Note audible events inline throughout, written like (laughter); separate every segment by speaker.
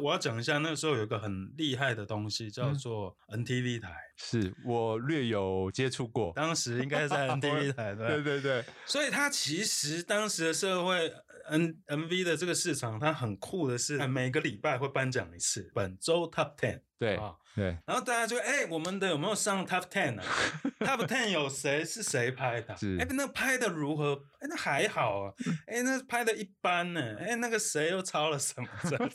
Speaker 1: 我要讲一下，那时候有一个很厉害的东西，叫做 NTV 台，
Speaker 2: 是我略有接触过。
Speaker 1: 当时应该是在 NTV 台对吧
Speaker 2: 对对对，
Speaker 1: 所以它其实当时的社会 N M V 的这个市场，它很酷的是每个礼拜会颁奖一次，本周 Top Ten
Speaker 2: 对
Speaker 1: 啊，
Speaker 2: 对，
Speaker 1: 然后大家就哎、我们的有没有上 Top Ten 啊？Top Ten 有谁是谁拍的？
Speaker 2: 是
Speaker 1: 哎、那拍的如何？哎、那还好啊。哎、那拍的一般呢、哎、那个谁又抄了什么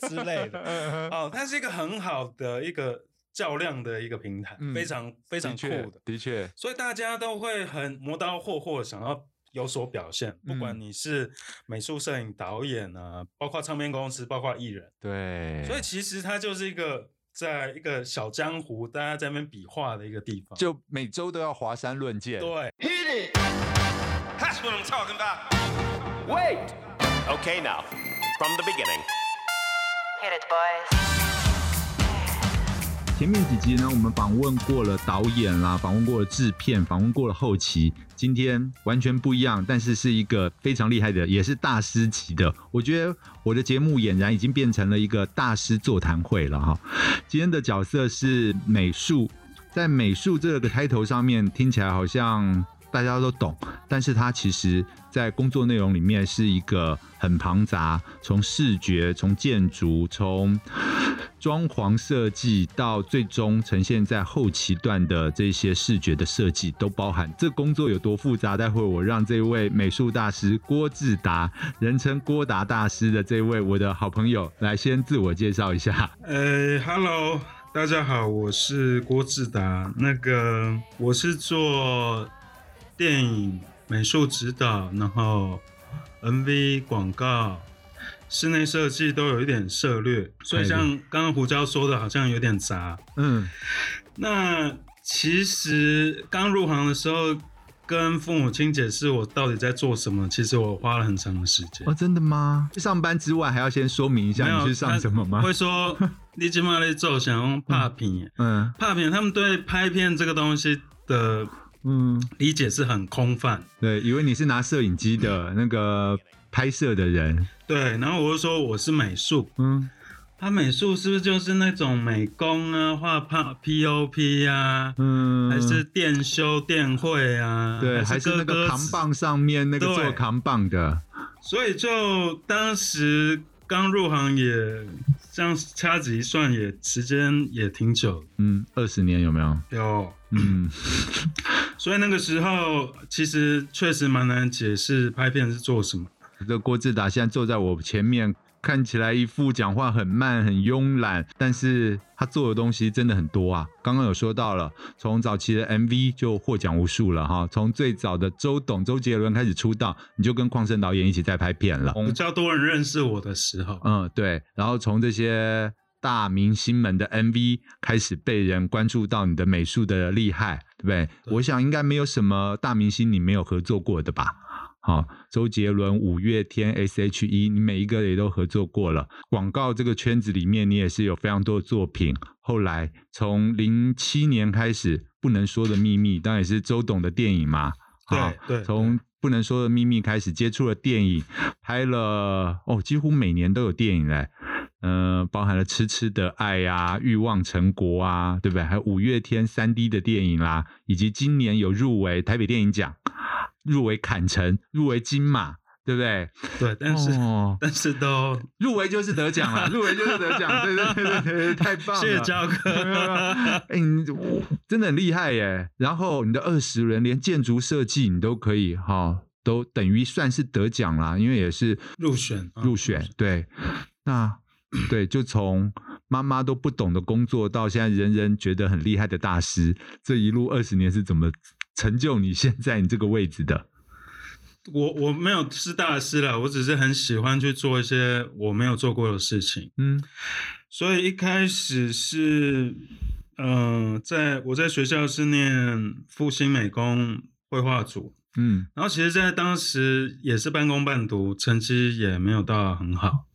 Speaker 1: 之类的？
Speaker 2: (laughs) 嗯
Speaker 1: 哦，它是一个很好的一个较量的一个平台，
Speaker 2: 嗯
Speaker 1: 非常非常
Speaker 2: 的
Speaker 1: 酷
Speaker 2: 确
Speaker 1: 的，，
Speaker 2: 的确，
Speaker 1: 所以大家都会很磨刀霍霍，想要。有所表现，不
Speaker 2: 嗯
Speaker 1: 管你是美术、摄影、导演啊，包括唱片公司，包括艺人，
Speaker 2: 对，
Speaker 1: 所以其实它就是一个在一个小江湖，大家在那边比划的一个地方。
Speaker 2: 就每周都要华山论剑。
Speaker 1: 对，
Speaker 3: That's what I'm talking about.
Speaker 4: Wait!
Speaker 3: Okay, now, from the beginning.
Speaker 5: Hit it, boys.
Speaker 6: 前面几集呢，我们访问过了导演啦，访问过了制片，访问过了后期。今天完全不一样，但是是一个非常厉害的，也是大师级的。我觉得我的节目俨然已经变成了一个大师座谈会了哈。今天的角色是美术，在美术这个开头上面听起来好像大家都懂，但是它其实在工作内容里面是一个很庞杂，从视觉、从建筑、从装潢设计到最终呈现在后期段的这些视觉的设计都包含。这工作有多复杂？待会我让这位美术大师郭志达，人称郭达大师的这位我的好朋友来先自我介绍一下。
Speaker 1: 呃，Hello，大家好，我是郭志达。那个我是做电影美术指导，然后 MV 广告。室内设计都有一点涉略，所以
Speaker 6: 哎
Speaker 1: 像刚刚胡椒说的，好像有点杂。
Speaker 6: 嗯，
Speaker 1: 那其实刚入行的时候，跟父母亲解释我到底在做什么，其实我花了很长的时间
Speaker 6: 哦，。真的吗？上班之外还要先说明一
Speaker 1: 没
Speaker 6: 下
Speaker 1: 有
Speaker 6: 你去上什么吗
Speaker 1: 他？会说你今嘛在做想用拍片，
Speaker 6: 嗯
Speaker 1: 拍片他们对拍片这个东西的
Speaker 6: 嗯，
Speaker 1: 理解是很空泛。
Speaker 6: 对，以为你是拿摄影机的那个拍摄的人。
Speaker 1: 对，然后我就说我是美术，
Speaker 6: 嗯，
Speaker 1: 他美术是不是就是那种美工啊，画帕 POP 啊，
Speaker 6: 嗯，
Speaker 1: 还是电修电绘啊，
Speaker 6: 对，还是
Speaker 1: 是
Speaker 6: 那个
Speaker 1: 歌歌
Speaker 6: 扛
Speaker 1: 词
Speaker 6: 棒上面那个
Speaker 1: 对
Speaker 6: 做扛棒的，
Speaker 1: 所以就当时刚入行也这样掐指一算也，时间也挺久
Speaker 6: 嗯，二十年有没有？
Speaker 1: 的哟。
Speaker 6: 嗯，
Speaker 1: 所以那个时候其实确实蛮难解释拍片是做什么。
Speaker 6: 这郭志达现在坐在我前面，看起来一副讲话很慢、很慵懒，但是他做的东西真的很多啊。刚刚有说到了，从早期的 MV 就获奖无数了哈，从最早的周董、周杰伦开始出道，你就跟邝胜导演一起在拍片了。
Speaker 1: 比较多人认识我的时候，
Speaker 6: 嗯，对。然后从这些大明星们的 MV 开始被人关注到你的美术的厉害，对不对？
Speaker 1: 对
Speaker 6: 我想应该没有什么大明星你没有合作过的吧？好、周杰伦、五月天、S.H.E，你每一个也都合作过了。广告这个圈子里面，你也是有非常多的作品。后来从零七年开始，《不能说的秘密》当然也是周董的电影嘛。
Speaker 1: 对
Speaker 6: 好
Speaker 1: 对
Speaker 6: 从《不能说的秘密》开始接触了电影，拍了哦，几乎每年都有电影嘞，呃，包含了《痴痴的爱》啊，《欲望成国》啊，对不对？还有五月天三 D 的电影啦，以及今年有入围台北电影奖，入围坎城，入围金马，对不对？
Speaker 1: 对，但是、
Speaker 6: 哦、
Speaker 1: 但是都
Speaker 6: 入围就是得奖了，入围就是得奖，对对对对对，太棒了！
Speaker 1: 谢谢焦
Speaker 6: 没有没有
Speaker 1: 哥。
Speaker 6: (laughs) 哎、你我真的很厉害耶！然后你的二十人连建筑设计你都可以哈、都等于算是得奖啦，因为也是
Speaker 1: (laughs) 入选啊
Speaker 6: 入选。对，那对，就从妈妈都不懂的工作到现在人人觉得很厉害的大师，这一路二十年是怎么成就你现在你这个位置的？
Speaker 1: 我我没有是大师了，我只是很喜欢去做一些我没有做过的事情。
Speaker 6: 嗯
Speaker 1: 所以一开始是，嗯、在我在学校是念复兴美工绘画组，
Speaker 6: 嗯
Speaker 1: 然后其实，在当时也是半工半读，成绩也没有到很好，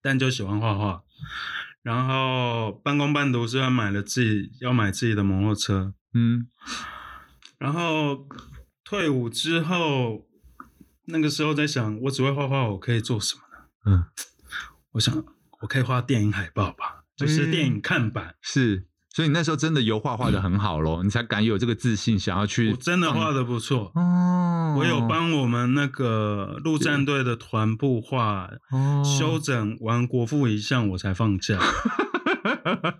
Speaker 1: 但就喜欢画画。然后半工半读是要买了自己要买自己的摩托车，
Speaker 6: 嗯
Speaker 1: 然后退伍之后，那个时候在想，我只会画画，我可以做什么呢？
Speaker 6: 嗯，
Speaker 1: 我想我可以画电影海报吧，就是电影看板。
Speaker 6: 是，所以你那时候真的油画画的很好咯，你才敢有这个自信，想要去
Speaker 1: 我真的画的不错，
Speaker 6: 哦。
Speaker 1: 我有帮我们那个陆战队的团部画，
Speaker 6: 哦
Speaker 1: 修整完国父遗像我才放
Speaker 6: (laughs)
Speaker 1: 假，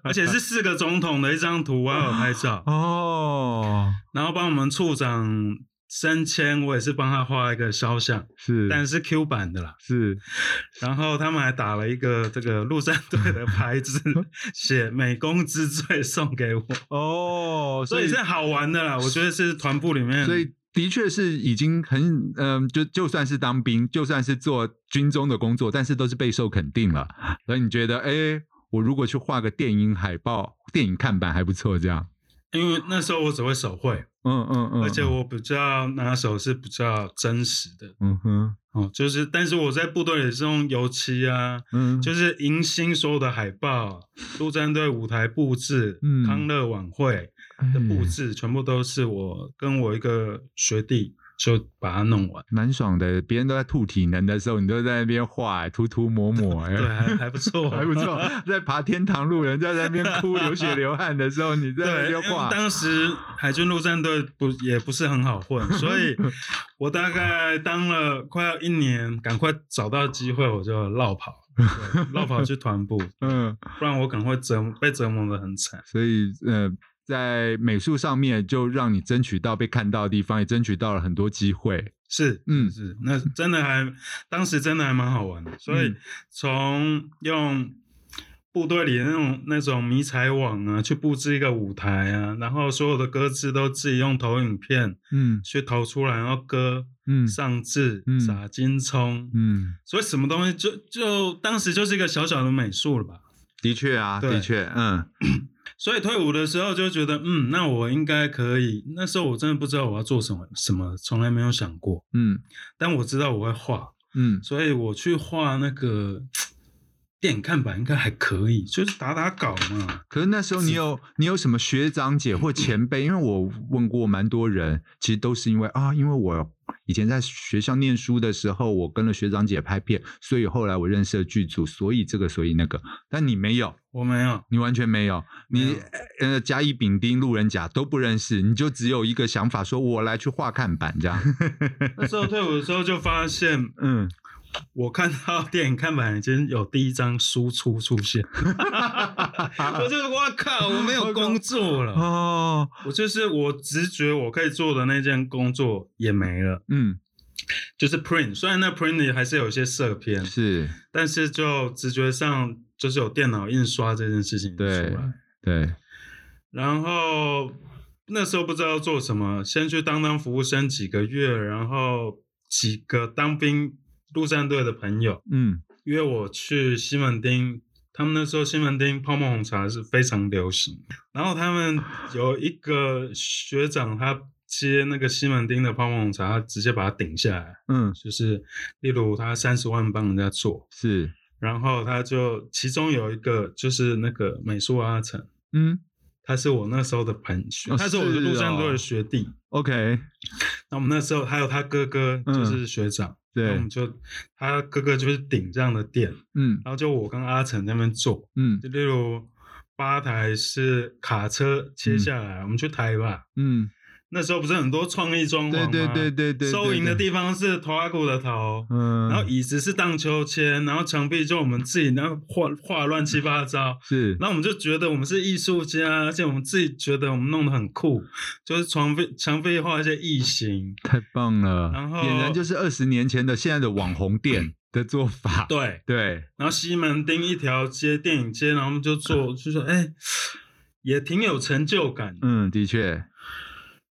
Speaker 1: 而且是四个总统的一张图，我还有拍照。
Speaker 6: 哦，
Speaker 1: (laughs) 然后帮我们处长升迁，我也是帮他画一个肖像，
Speaker 6: 是，
Speaker 1: 但
Speaker 6: 是
Speaker 1: 是 Q 版的啦。
Speaker 6: 是
Speaker 1: 然后他们还打了一个这个陆战队的牌
Speaker 6: (laughs)
Speaker 1: 子，写“美工之最”送给我，
Speaker 6: 哦，
Speaker 1: 所以是好玩的啦。我觉得是团部里面，
Speaker 6: 所以的确是已经很嗯、就就算是当兵，就算是做军中的工作，但是都是备受肯定了。 (laughs) 所以你觉得，哎、我如果去画个电影海报、电影看板还不错，这样，
Speaker 1: 因为那时候我只会手绘，
Speaker 6: 嗯嗯嗯，
Speaker 1: 而且我比较拿手是比较真实的
Speaker 6: 嗯哼
Speaker 1: 哦，就是但是我在部队里是用油漆啊，
Speaker 6: 嗯，
Speaker 1: 就是迎新所有的海报、陆战队舞台布置、
Speaker 6: 嗯
Speaker 1: 康乐晚会的布
Speaker 6: 哎
Speaker 1: 置，全部都是我跟我一个学弟就把它弄完，
Speaker 6: 哎蛮爽的。别人都在吐体能的时候，你都在那边画、哎涂涂抹抹、哎
Speaker 1: 对，还还不错，
Speaker 6: (laughs) 还不
Speaker 1: (laughs)
Speaker 6: 错。在爬天堂路，人家在那边哭流血流汗的时候，你在
Speaker 1: 对，
Speaker 6: 那
Speaker 1: 因
Speaker 6: 边
Speaker 1: 为
Speaker 6: 画，
Speaker 1: 当时海军陆战队不也不是很好混，所以我大概当了快要一年，赶快找到机会我就绕跑，对绕跑去团部，
Speaker 6: 嗯。
Speaker 1: 不然我可能会折被折磨的很惨。
Speaker 6: 所以呃，在美术上面就让你争取到被看到的地方，也争取到了很多机会。
Speaker 1: 是，
Speaker 6: 嗯
Speaker 1: 是，那真的还当时真的还蛮好玩的，所以
Speaker 6: 嗯
Speaker 1: 从用。部队里的那种那种迷彩网啊，去布置一个舞台啊，然后所有的歌词都自己用投影片
Speaker 6: 嗯
Speaker 1: 去投出来，然后歌
Speaker 6: 嗯
Speaker 1: 上智、
Speaker 6: 嗯
Speaker 1: 撒金葱，
Speaker 6: 嗯，
Speaker 1: 所以什么东西就就当时就是一个小小的美术了吧。
Speaker 6: 的确啊，
Speaker 1: 对
Speaker 6: 的确，嗯
Speaker 1: 所以退伍的时候就觉得，嗯，那我应该可以。那时候我真的不知道我要做什么，什么从来没有想过，
Speaker 6: 嗯
Speaker 1: 但我知道我会画，
Speaker 6: 嗯
Speaker 1: 所以我去画那个电影看板应该还可以，就是打打稿嘛。
Speaker 6: 可是那时候你有你有什么学长姐或前辈？因为我问过蛮多人，其实都是因为啊，因为我以前在学校念书的时候，我跟了学长姐拍片，所以后来我认识了剧组，所以这个所以那个。但你没有，
Speaker 1: 我没有，
Speaker 6: 你完全没有，
Speaker 1: 没
Speaker 6: 你
Speaker 1: 有
Speaker 6: 呃甲乙丙丁路人甲都不认识，你就只有一个想法，说我来去画看
Speaker 1: (laughs)
Speaker 6: 板这样。
Speaker 1: 那时候退伍的时候就发现，
Speaker 6: 嗯，
Speaker 1: 我看到电影看板已经有第一张输出出现， (laughs) 我就我靠，我没
Speaker 6: (laughs)
Speaker 1: 有工作了。
Speaker 6: 哦，
Speaker 1: 我就是我直觉我可以做的那件工作也没了，
Speaker 6: 嗯，
Speaker 1: 就是 print。虽然那 print 里还是有一些色片，
Speaker 6: 是
Speaker 1: 但是就直觉上就是有电脑印刷这件事情出
Speaker 6: 对
Speaker 1: 来。
Speaker 6: 对，
Speaker 1: 然后那时候不知道做什么，先去当当服务生几个月，然后几个当兵陆战队的朋友
Speaker 6: 嗯
Speaker 1: 约我去西门町。他们那时候西门町泡沫红茶是非常流行，然后他们有一个学长，他接那个西门町的泡沫红茶，他直接把它顶下来，
Speaker 6: 嗯
Speaker 1: 就是例如他三十万帮人家做，
Speaker 6: 是
Speaker 1: 然后他就其中有一个就是那个美术阿成，
Speaker 6: 嗯
Speaker 1: 他是我那时候的朋学，
Speaker 6: 哦
Speaker 1: 他是我的陆战队
Speaker 6: 是
Speaker 1: 的
Speaker 6: 哦
Speaker 1: 学弟。
Speaker 6: ，OK，
Speaker 1: 那我们那时候还有他哥哥，
Speaker 6: 嗯
Speaker 1: 就是学长，那我
Speaker 6: 对
Speaker 1: 们，就他哥哥就是顶这样的店，
Speaker 6: 嗯
Speaker 1: 然后就我跟阿成在那边做，
Speaker 6: 嗯
Speaker 1: 就例如吧台是卡车切下来，我们去抬吧。
Speaker 6: 嗯，
Speaker 1: 那时候不是很多创意装潢
Speaker 6: 对
Speaker 1: 吗？
Speaker 6: 对对对对，
Speaker 1: 收
Speaker 6: 对
Speaker 1: 银的，
Speaker 6: 对
Speaker 1: 地方是头阿古的头。
Speaker 6: 嗯，
Speaker 1: 然后椅子是荡秋千，然后墙壁就我们自己那画画乱七八糟，
Speaker 6: 是
Speaker 1: 然后我们就觉得我们是艺术家，而且我们自己觉得我们弄得很酷，就是墙壁墙壁画一些异形，
Speaker 6: 太棒了，
Speaker 1: 然后
Speaker 6: 俨然就是二十年前的现在的网红店的做法，
Speaker 1: 对，
Speaker 6: 对，
Speaker 1: 然后西门町一条街电影街，然后我们就做，就说哎，也挺有成就感的。
Speaker 6: 嗯，的确，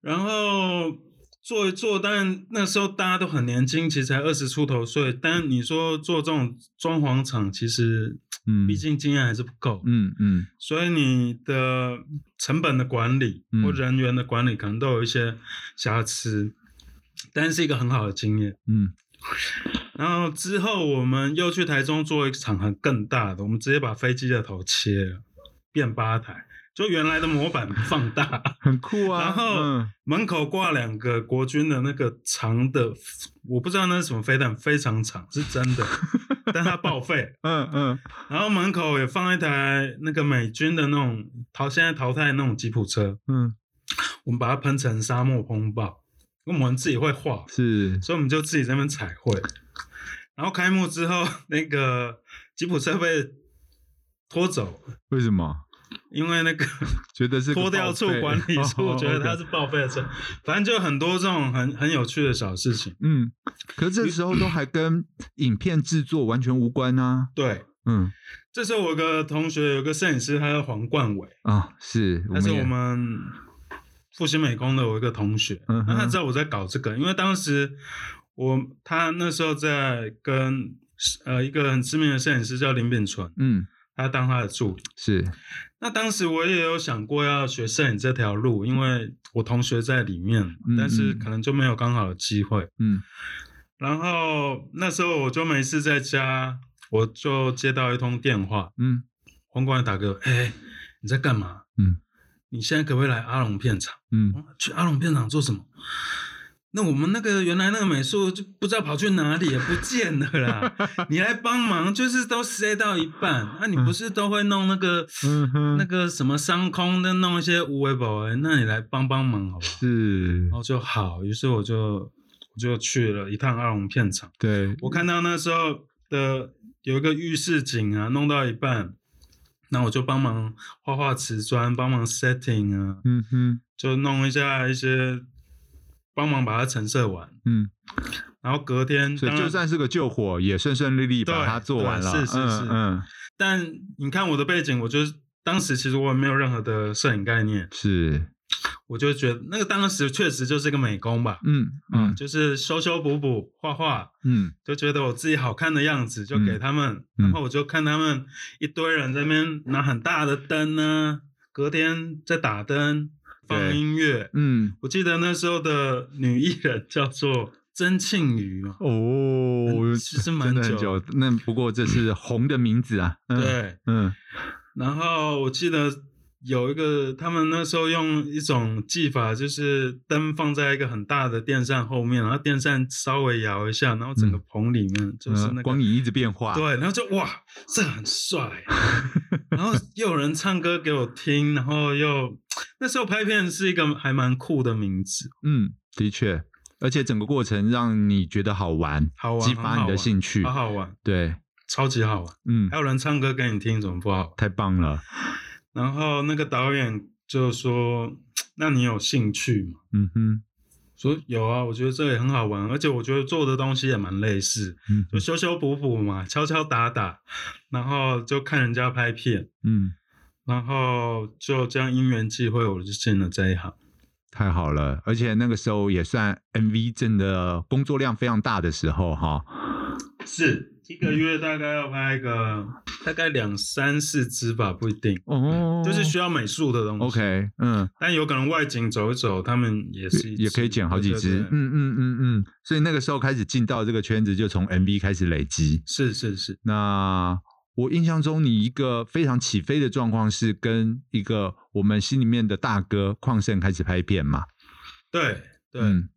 Speaker 1: 然后做一做，但那时候大家都很年轻，其实才二十出头岁，但你说做这种装潢厂，其实
Speaker 6: 嗯，
Speaker 1: 毕竟经验还是不够，
Speaker 6: 嗯嗯
Speaker 1: 所以你的成本的管理
Speaker 6: 嗯
Speaker 1: 或人员的管理可能都有一些瑕疵，但是一个很好的经验。
Speaker 6: 嗯
Speaker 1: 然后之后我们又去台中做一场很更大的，我们直接把飞机的头切了，变吧台，就原来的模板放大，
Speaker 6: 很酷啊。
Speaker 1: 然后
Speaker 6: 嗯
Speaker 1: 门口挂两个国军的那个长的，我不知道那是什么飞弹，非常长，是真
Speaker 6: (laughs)
Speaker 1: 的，但它报废。
Speaker 6: 嗯嗯，
Speaker 1: 然后门口也放一台那个美军的那种淘现在淘汰的那种吉普车，
Speaker 6: 嗯，
Speaker 1: 我们把它喷成沙漠风暴，因为我们自己会画，
Speaker 6: 是
Speaker 1: 所以我们就自己在那边彩绘。然后开幕之后，那个吉普车被拖走，
Speaker 6: 为什么？
Speaker 1: 因为那
Speaker 6: (laughs)
Speaker 1: 个
Speaker 6: 觉得是个
Speaker 1: 拖掉
Speaker 6: 报
Speaker 1: 处
Speaker 6: 废
Speaker 1: 管理处
Speaker 6: 哦
Speaker 1: 觉得它
Speaker 6: OK
Speaker 1: 是报废的车，反正就很多这种很很有趣的小事情。
Speaker 6: (laughs) 嗯，可是这时候都还跟影片制作完全无关啊。
Speaker 1: 对，
Speaker 6: 嗯
Speaker 1: 这时候我有个同学有个摄影师，他叫黄冠伟，
Speaker 6: 啊，是，
Speaker 1: 他是
Speaker 6: 也
Speaker 1: 我们复兴美工的我一个同学，
Speaker 6: 嗯哼
Speaker 1: 那他知道我在搞这个，因为当时我他那时候在跟呃一个很知名的摄影师叫林炳纯，
Speaker 6: 嗯
Speaker 1: 他当他的助理。
Speaker 6: 是
Speaker 1: 那当时我也有想过要学摄影这条路，因为我同学在里面
Speaker 6: 嗯，
Speaker 1: 但是
Speaker 6: 嗯
Speaker 1: 可能就没有刚好的机会。
Speaker 6: 嗯
Speaker 1: 然后那时候我就没事在家，我就接到一通电话，
Speaker 6: 嗯
Speaker 1: 黄冠伟打给我，哎、你在干嘛？
Speaker 6: 嗯
Speaker 1: 你现在可不可以来阿龙片场？
Speaker 6: 嗯
Speaker 1: 哦去阿龙片场做什么？那我们那个原来那个美术就不知道跑去哪里，也不见了
Speaker 6: (laughs)
Speaker 1: 啦。你来帮忙，就是都塞到一半。那、你不是都会弄那个、
Speaker 6: 嗯哼，
Speaker 1: 那个什么商空的，弄一些无为宝哎，那你来帮帮忙好不好？
Speaker 6: 是
Speaker 1: 然，后就好，于是我就我就去了一趟阿龙片场。
Speaker 6: 对，
Speaker 1: 我看到那时候的有一个浴室景啊，弄到一半，那我就帮忙画画瓷砖，帮忙 setting 啊，
Speaker 6: 嗯哼，
Speaker 1: 就弄一下一些，帮忙把它陈设完，
Speaker 6: 嗯，
Speaker 1: 然后隔天，
Speaker 6: 所以
Speaker 1: 当然
Speaker 6: 就算是个救火，也顺顺利利把
Speaker 1: 对
Speaker 6: 它做完了。
Speaker 1: 对是是是
Speaker 6: 嗯嗯，
Speaker 1: 但你看我的背景，我就是当时其实我也没有任何的摄影概念，
Speaker 6: 是，
Speaker 1: 我就觉得那个当时确实就是一个美工吧，
Speaker 6: 嗯
Speaker 1: 啊，
Speaker 6: 嗯
Speaker 1: 就是修修补补画画，
Speaker 6: 嗯
Speaker 1: 就觉得我自己好看的样子就给他们，
Speaker 6: 嗯
Speaker 1: 然后我就看他们一堆人在那边拿很大的灯呢、隔天在打灯放
Speaker 6: 对
Speaker 1: 音乐，
Speaker 6: 嗯，
Speaker 1: 我记得那时候的女艺人叫做曾庆瑜嘛，
Speaker 6: 哦，
Speaker 1: 其实嗯蛮
Speaker 6: 真的很久。那不过这是红的名字啊。嗯，
Speaker 1: 对，
Speaker 6: 嗯
Speaker 1: 然后我记得有一个，他们那时候用一种技法，就是灯放在一个很大的电扇后面，然后电扇稍微摇一下，然后整个棚里面就是那
Speaker 6: 嗯
Speaker 1: 个、
Speaker 6: 光影一直变化。
Speaker 1: 对，然后就哇，这很
Speaker 6: (laughs)
Speaker 1: 帅。然后又有人唱歌给我听，然后又那时候拍片是一个还蛮酷的名字，
Speaker 6: 嗯，的确，而且整个过程让你觉得好玩，
Speaker 1: 好玩
Speaker 6: 激
Speaker 1: 很好
Speaker 6: 发你的
Speaker 1: 玩
Speaker 6: 兴趣
Speaker 1: 好。好玩，
Speaker 6: 对，
Speaker 1: 超级好玩。
Speaker 6: 嗯
Speaker 1: 还，有人唱歌给你听，怎么不好？
Speaker 6: 太棒了。
Speaker 1: 然后那个导演就说：“那你有兴趣吗
Speaker 6: 嗯哼，？”
Speaker 1: 说有啊，我觉得这也很好玩，而且我觉得做的东西也蛮类似，
Speaker 6: 嗯
Speaker 1: 就修修补补嘛，敲敲打打，然后就看人家拍片，
Speaker 6: 嗯，
Speaker 1: 然后就这样因缘际会，我就进了这一行。
Speaker 6: 太好了。而且那个时候也算 MV 真的工作量非常大的时候哈。
Speaker 1: 是一个月大概要拍个大概两三四支吧，不一定，
Speaker 6: 哦，
Speaker 1: 嗯就是需要美术的东西。
Speaker 6: OK，嗯，
Speaker 1: 但有可能外景走一走，他们也是一
Speaker 6: 也可以
Speaker 1: 支
Speaker 6: 剪好几
Speaker 1: 对对
Speaker 6: 支
Speaker 1: 对。
Speaker 6: 嗯嗯嗯嗯，所以那个时候开始进到这个圈子，就从 MV 开始累积。
Speaker 1: 是是是，
Speaker 6: 那我印象中，你一个非常起飞的状况是跟一个我们心里面的大哥邝胜开始拍片嘛？
Speaker 1: 对对。
Speaker 6: 嗯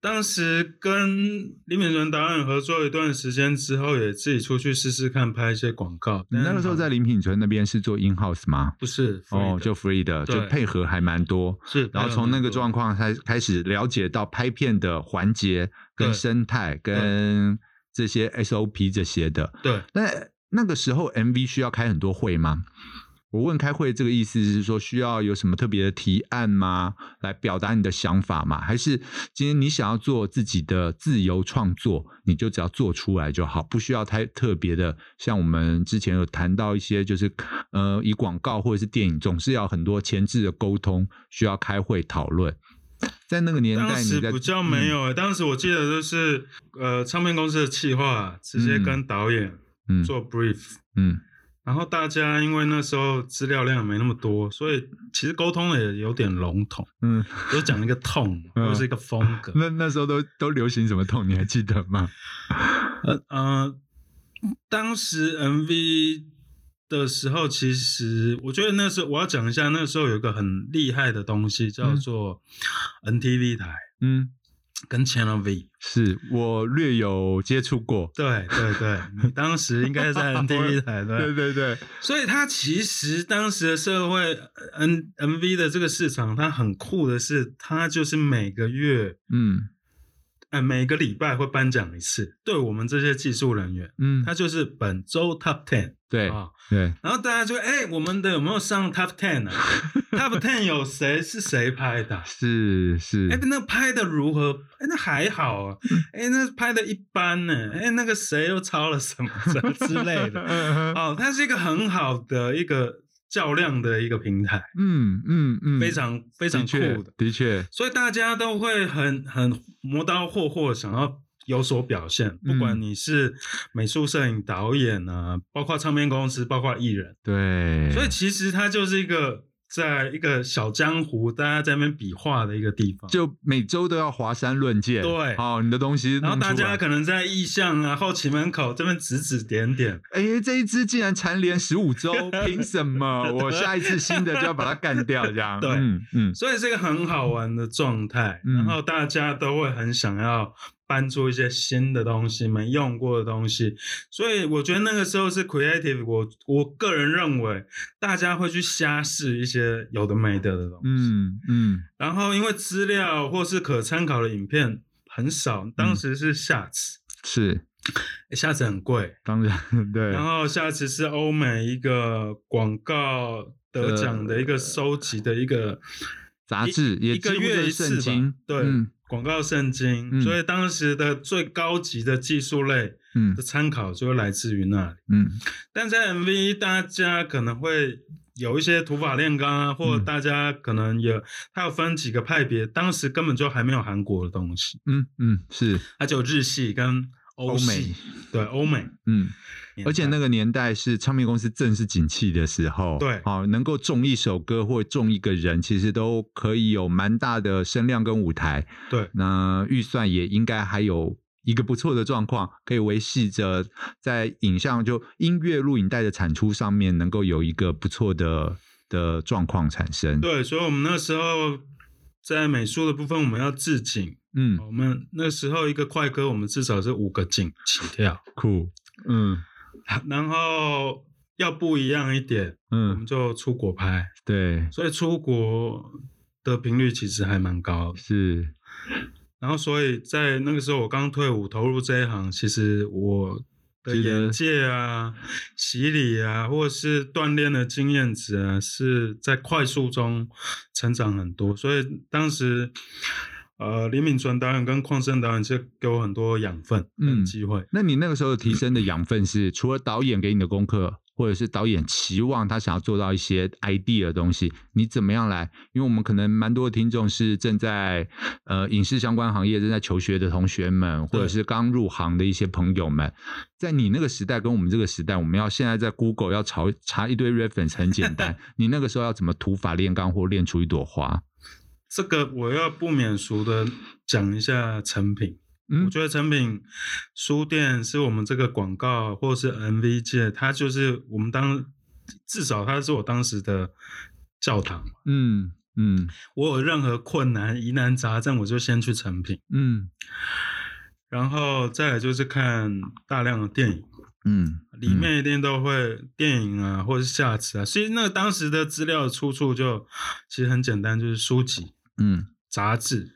Speaker 1: 当时跟李敏纯导演合作一段时间之后，也自己出去试试看拍一些广告。
Speaker 6: 你那个时候在
Speaker 1: 但
Speaker 6: 林品纯那边是做 in house 吗？
Speaker 1: 不是 free 的
Speaker 6: 哦，就 free 的，就
Speaker 1: 对
Speaker 6: 配合还蛮多。
Speaker 1: 是，
Speaker 6: 然后从那个状况开开始了解到拍片的环节、跟
Speaker 1: 对
Speaker 6: 生态、跟这些 SOP 这些的。
Speaker 1: 对
Speaker 6: 那那个时候 MV 需要开很多会吗？我问开会这个意思是说需要有什么特别的提案吗？来表达你的想法吗？还是今天你想要做自己的自由创作，你就只要做出来就好，不需要太特别的。像我们之前有谈到一些，就是呃，以广告或者是电影，总是要很多前置的沟通，需要开会讨论。在那个年
Speaker 1: 当
Speaker 6: 代，
Speaker 1: 时
Speaker 6: 你在嗯
Speaker 1: 比较没有、欸当时我记得就是呃，唱片公司的企划直接跟导演
Speaker 6: 嗯
Speaker 1: 做 brief，、
Speaker 6: 嗯
Speaker 1: 然后大家因为那时候资料量没那么多，所以其实沟通也有点笼统，
Speaker 6: 嗯， (laughs)
Speaker 1: 就讲一个痛
Speaker 6: 嗯
Speaker 1: 或是一个风格。
Speaker 6: 那那时候都都流行什么痛，你还记得吗？
Speaker 1: 呃，当时 MV 的时候，其实我觉得那时候我要讲一下，那时候有一个很厉害的东西叫做 NTV 台
Speaker 6: 嗯，
Speaker 1: 跟 Channel V。
Speaker 6: 是我略有接触过。
Speaker 1: 对对对，你当时应该在 NTV 台
Speaker 6: 对
Speaker 1: 对，
Speaker 6: 对对，
Speaker 1: 所以它其实当时的社会呃 N MV 的这个市场，它很酷的是，它就是每个月
Speaker 6: 嗯
Speaker 1: 呃每个礼拜会颁奖一次，对我们这些技术人员，
Speaker 6: 嗯，
Speaker 1: 它就是本周 Top Ten
Speaker 6: 对
Speaker 1: 啊。
Speaker 6: 对，
Speaker 1: 然后大家就哎、我们的有没有上 Top Ten 啊？Top Ten 有谁是谁拍的啊？
Speaker 6: 是是
Speaker 1: 哎、，那拍的如何？哎、那还好啊。哎、那拍的一般呢、哎、那个谁又抄了什么 (laughs) 之类的？
Speaker 6: 嗯
Speaker 1: 哦，它是一个很好的一个较量的一个平台，
Speaker 6: 嗯嗯嗯，
Speaker 1: 非常非常
Speaker 6: 的
Speaker 1: 酷
Speaker 6: 确
Speaker 1: 的，
Speaker 6: 的确，
Speaker 1: 所以大家都会很很磨刀霍霍，想要。有所表现，不管
Speaker 6: 嗯
Speaker 1: 你是美术、摄影、导演啊，包括唱片公司，包括艺人，
Speaker 6: 对，
Speaker 1: 所以其实它就是一个在一个小江湖，大家在那边比划的一个地方。
Speaker 6: 就每周都要华山论剑。
Speaker 1: 对
Speaker 6: 好，你的东西弄出
Speaker 1: 然
Speaker 6: 来，
Speaker 1: 后大家可能在意向啊、后期门口这边指指点点，
Speaker 6: 哎，这一只竟然蝉联十五
Speaker 1: (laughs)
Speaker 6: 周，凭什么？我下一次新的就要把它干掉，这样。
Speaker 1: (laughs) 对
Speaker 6: 嗯嗯，
Speaker 1: 所以是一个很好玩的状态。
Speaker 6: 嗯
Speaker 1: 然后大家都会很想要搬出一些新的东西、没用过的东西，所以我觉得那个时候是 creative 我。我个人认为，大家会去瞎试一些有的没的的东西。
Speaker 6: 嗯嗯，
Speaker 1: 然后因为资料或是可参考的影片很少，
Speaker 6: 嗯
Speaker 1: 当时是下次。
Speaker 6: 是，
Speaker 1: 欸下次很贵，
Speaker 6: 当然 (laughs) 对
Speaker 1: 然。后下次是欧美一个广告得奖的一个收集的一个
Speaker 6: 杂志也
Speaker 1: 一个
Speaker 6: 几乎就
Speaker 1: 月
Speaker 6: 是
Speaker 1: 一次
Speaker 6: 圣
Speaker 1: 吧
Speaker 6: 经，
Speaker 1: 对
Speaker 6: 嗯，
Speaker 1: 广告圣经，
Speaker 6: 嗯
Speaker 1: 所以当时的最高级的技术类
Speaker 6: 嗯
Speaker 1: 的参考就会来自于那里。
Speaker 6: 嗯
Speaker 1: 但在 MV 大家可能会有一些土法炼钢啊，或者
Speaker 6: 嗯
Speaker 1: 大家可能有，它有分几个派别，当时根本就还没有韩国的东西，
Speaker 6: 嗯嗯，是
Speaker 1: 它只有日系跟欧
Speaker 6: 欧美
Speaker 1: 系，，对欧美，
Speaker 6: 嗯，而且那
Speaker 1: 个
Speaker 6: 个年代是唱片公司正是景气的时候，
Speaker 1: 对
Speaker 6: 好、能够中一首歌或中一个人，其实都可以有蛮大的声量跟舞台，
Speaker 1: 对
Speaker 6: 那预算也应该还有一个不错的状况，可以维系着在影像就音乐录影带的产出上面能够有一个不错的的状况产生。
Speaker 1: 对，所以我们那时候在美术的部分，我们要置景。
Speaker 6: 嗯，
Speaker 1: 我们那时候一个快歌，我们至少是五个景起跳，
Speaker 6: 酷，嗯
Speaker 1: (laughs) 然后要不一样一点，我们
Speaker 6: 嗯，
Speaker 1: 就出国拍，
Speaker 6: 对，
Speaker 1: 所以出国的频率其实还蛮高的。
Speaker 6: 是，
Speaker 1: 然后，所以在那个时候我刚退伍投入这一行，其实我的
Speaker 6: 觉得
Speaker 1: 眼界啊、洗礼啊，或者是锻炼的经验值啊，是在快速中成长很多。所以当时，呃，李敏纯导演跟邝胜导演就给我很多养分
Speaker 6: 嗯
Speaker 1: 跟机会。
Speaker 6: 那你那个时候提升的养分是，除了导演给你的功课，或者是导演期望他想要做到一些 idea 的东西，你怎么样来？因为我们可能蛮多的听众是正在呃影视相关行业正在求学的同学们，或者
Speaker 1: 对
Speaker 6: 是刚入行的一些朋友们，在你那个时代跟我们这个时代，我们要现在在 Google 要查查一堆 reference 很简单，你那个时候要怎么土法炼钢或炼出一朵花？
Speaker 1: 这个我要不免俗的讲一下成品。
Speaker 6: 嗯
Speaker 1: 我觉得成品书店是我们这个广告或是 MV 界，它就是我们当至少它是我当时的教堂。
Speaker 6: 嗯嗯
Speaker 1: 我有任何困难、疑难杂症，我就先去成品，
Speaker 6: 嗯
Speaker 1: 然后再来就是看大量的电影，
Speaker 6: 嗯，
Speaker 1: 里面一定都会电影啊，或是下次啊。所以那个当时的资料的出处就其实很简单，就是书籍、
Speaker 6: 嗯
Speaker 1: 杂志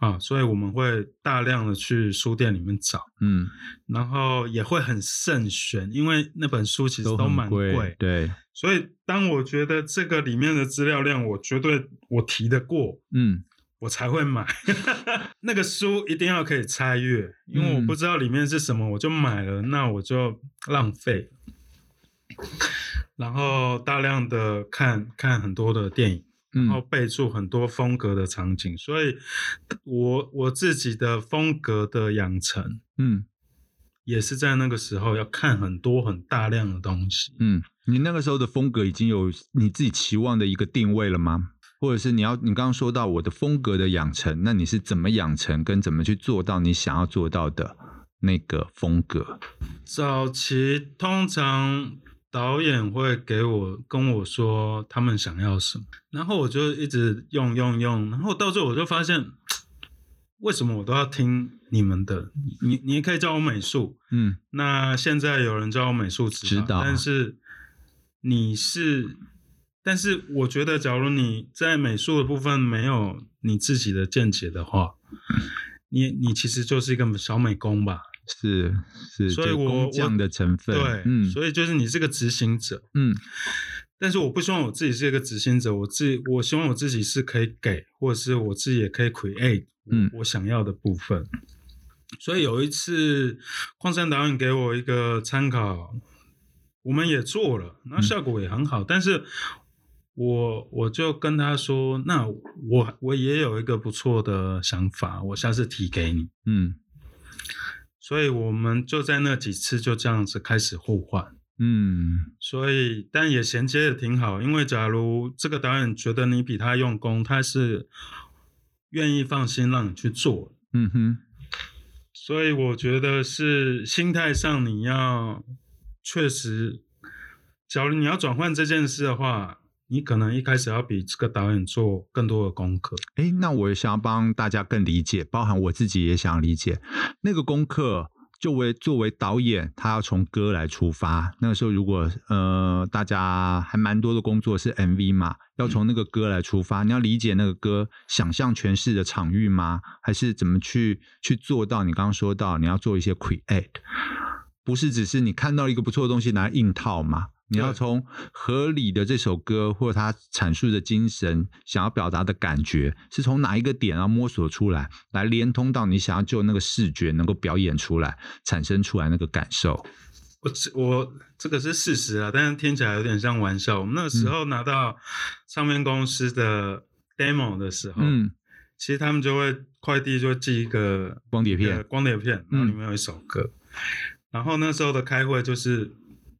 Speaker 1: 啊，所以我们会大量的去书店里面找，
Speaker 6: 嗯
Speaker 1: 然后也会很慎选，因为那本书其
Speaker 6: 嗯
Speaker 1: 实
Speaker 6: 很
Speaker 1: 蛮
Speaker 6: 贵，对，
Speaker 1: 所以当我觉得这个里面的资料量，我绝对我提得过。
Speaker 6: 嗯。
Speaker 1: 我才会买 (laughs) 那个书，一定要可以拆阅，因为我
Speaker 6: 嗯
Speaker 1: 不知道里面是什么，我就买了，那我就浪费。然后大量的看看很多的电影，然后
Speaker 6: 嗯
Speaker 1: 备注很多风格的场景，所以我我自己的风格的养成
Speaker 6: 嗯
Speaker 1: 也是在那个时候要看很多很大量的东西。
Speaker 6: 嗯，你那个时候的风格已经有你自己期望的一个定位了吗？或者是你要你刚刚说到我的风格的养成，那你是怎么养成跟怎么去做到你想要做到的那个风格？
Speaker 1: 早期通常导演会给我跟我说他们想要什么，然后我就一直用用用，然后到最后我就发现，为什么我都要听你们的？你你也可以叫我美术，
Speaker 6: 嗯，
Speaker 1: 那现在有人教我美术指导，
Speaker 6: 指导啊
Speaker 1: 但是你是，但是我觉得，假如你在美术的部分没有你自己的见解的话，你你其实就是一个小美工吧？
Speaker 6: 是是，
Speaker 1: 所以
Speaker 6: 就
Speaker 1: 我
Speaker 6: 工匠的成分，
Speaker 1: 对，
Speaker 6: 嗯
Speaker 1: 所以就是你是个执行者，
Speaker 6: 嗯
Speaker 1: 但是我不希望我自己是一个执行者，我自己我希望我自己是可以给，或者是我自己也可以 create 我
Speaker 6: 嗯
Speaker 1: 我想要的部分。所以有一次，矿山导演给我一个参考，我们也做了，
Speaker 6: 嗯
Speaker 1: 那效果也很好，但是我我就跟他说，那我我也有一个不错的想法，我下次提给你。
Speaker 6: 嗯
Speaker 1: 所以我们就在那几次就这样子开始互换。
Speaker 6: 嗯
Speaker 1: 所以，但也衔接的挺好，因为假如这个导演觉得你比他用功，他是愿意放心让你去做。
Speaker 6: 嗯哼，
Speaker 1: 所以我觉得是心态上你要确实，假如你要转换这件事的话，你可能一开始要比这个导演做更多的功课。
Speaker 6: 诶，那我也想要帮大家更理解，包含我自己也想理解那个功课。作为作为导演，他要从歌来出发。那个时候，如果呃大家还蛮多的工作是 MV 嘛，要从那个歌来出发。你要理解那个歌，想象诠释的场域吗？还是怎么去去做到？你刚刚说到你要做一些 create，不是只是你看到一个不错的东西拿来硬套嘛？你要
Speaker 1: 对
Speaker 6: 从合理的这首歌或它阐述的精神，想要表达的感觉，是从哪一个点要啊摸索出来，来连通到你想要就那个视觉能够表演出来，产生出来那个感受。
Speaker 1: 哦我这我这个是事实啊，但是听起来有点像玩笑。我们那个时候拿到唱片公司的 demo 的时候，
Speaker 6: 嗯，
Speaker 1: 其实他们就会快递就会寄一个
Speaker 6: 光碟片嗯
Speaker 1: 呃光碟片，然后里面有一首歌。然后那时候的开会就是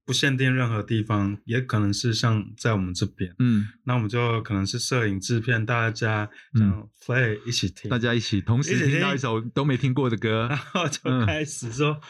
Speaker 1: 不限定任何地方，也可能是像在我们这边，
Speaker 6: 嗯，
Speaker 1: 那我们就可能是摄影、制片，大家这样 play 一起听，
Speaker 6: 大家一起同
Speaker 1: 一
Speaker 6: 时
Speaker 1: 起
Speaker 6: 听
Speaker 1: 听
Speaker 6: 到
Speaker 1: 啊
Speaker 6: 一首都没听过的歌
Speaker 1: 然，后就
Speaker 6: 嗯
Speaker 1: 开始说：“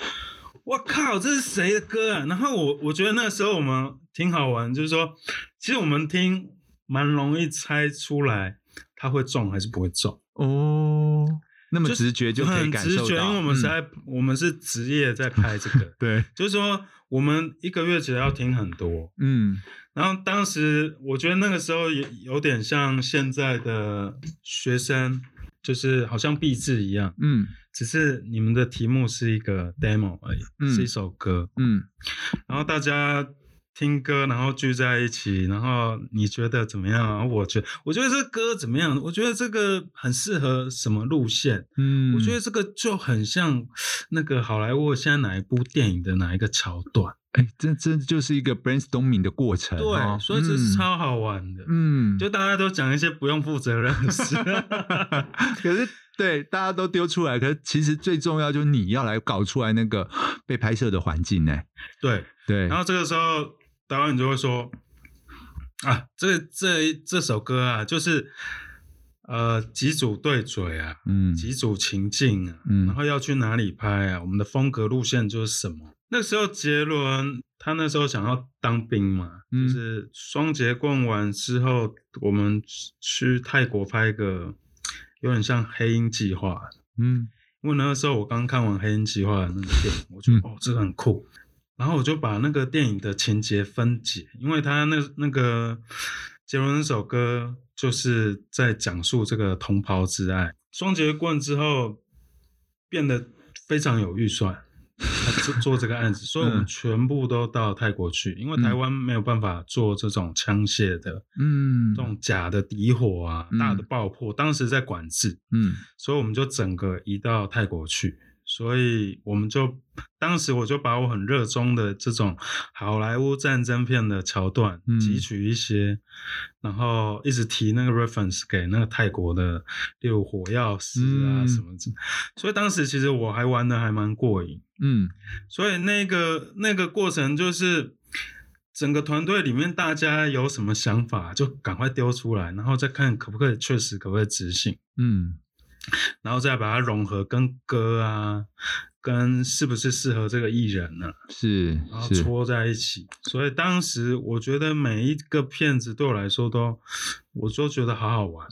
Speaker 1: 我靠，这是谁的歌啊？”然后我我觉得那时候我们挺好玩，就是说，其实我们听蛮容易猜出来他会中还是不会中。
Speaker 6: 哦，那么直觉就可以
Speaker 1: 很
Speaker 6: 感
Speaker 1: 直
Speaker 6: 受到。
Speaker 1: 觉，因为我们
Speaker 6: 嗯，
Speaker 1: 是在、我们是职业在拍这个
Speaker 6: 对，
Speaker 1: 就是说我们一个月只要听很多。
Speaker 6: 嗯
Speaker 1: 然后当时我觉得那个时候也有点像现在的学生，就是好像毕制一样，
Speaker 6: 嗯
Speaker 1: 只是你们的题目是一个 demo 而已，
Speaker 6: 嗯
Speaker 1: 是一首歌，
Speaker 6: 嗯
Speaker 1: 然后大家。听歌，然后聚在一起，然后你觉得怎么样啊？我觉我觉得这歌怎么样？我觉得这个很适合什么路线？
Speaker 6: 嗯，
Speaker 1: 我觉得这个就很像那个好莱坞现在哪一部电影的哪一个桥段，
Speaker 6: 哎，这这就是一个 brainstorming 的过程
Speaker 1: 对，
Speaker 6: 哦，
Speaker 1: 所以这是
Speaker 6: 嗯
Speaker 1: 超好玩的。
Speaker 6: 嗯，
Speaker 1: 就大家都讲一些不用负责任的事，
Speaker 6: 可是对大家都丢出来，可是其实最重要就是你要来搞出来那个被拍摄的环境呢、
Speaker 1: 对。
Speaker 6: (laughs) 对
Speaker 1: 然，后这个时候导演就会说：“啊，这这这首歌啊，就是呃几组对嘴啊，
Speaker 6: 嗯
Speaker 1: 几组情境啊，
Speaker 6: 嗯
Speaker 1: 然后要去哪里拍啊，我们的风格路线就是什么。那时候杰伦他那时候想要当兵嘛，
Speaker 6: 嗯
Speaker 1: 就是双节棍完之后，我们去泰国拍一个有点像黑鹰计划，
Speaker 6: 嗯
Speaker 1: 因为那个时候我刚看完《黑鹰计划》的那个电影，我觉得、
Speaker 6: 嗯
Speaker 1: 哦，这个很酷。然后我就把那个电影的情节分解，因为他那那个杰伦那首歌就是在讲述这个同袍之爱。双节棍之后变得非常有预算，他做做这个案子，所以我们
Speaker 6: 嗯
Speaker 1: 全部都到泰国去，因为台湾没有办法做这种枪械的、
Speaker 6: 嗯
Speaker 1: 这种假的底火啊、大的
Speaker 6: 嗯
Speaker 1: 爆破，当时在管制。
Speaker 6: 嗯
Speaker 1: 所以我们就整个移到泰国去。所以我们就当时我就把我很热衷的这种好莱坞战争片的桥段
Speaker 6: 嗯
Speaker 1: 汲取一些，然后一直提那个 reference 给那个泰国的，例如火药师啊
Speaker 6: 嗯
Speaker 1: 什么之所以当时其实我还玩的还蛮过瘾。
Speaker 6: 嗯
Speaker 1: 所以那个那个过程就是整个团队里面大家有什么想法就赶快丢出来，然后再看可不可以确实可不可以执行。
Speaker 6: 嗯，
Speaker 1: 然后再把它融合跟歌啊，跟是不是适合这个艺人呢、
Speaker 6: 是
Speaker 1: 然后
Speaker 6: 是，
Speaker 1: 搓在一起。所以当时我觉得每一个片子对我来说都，我都觉得好好玩。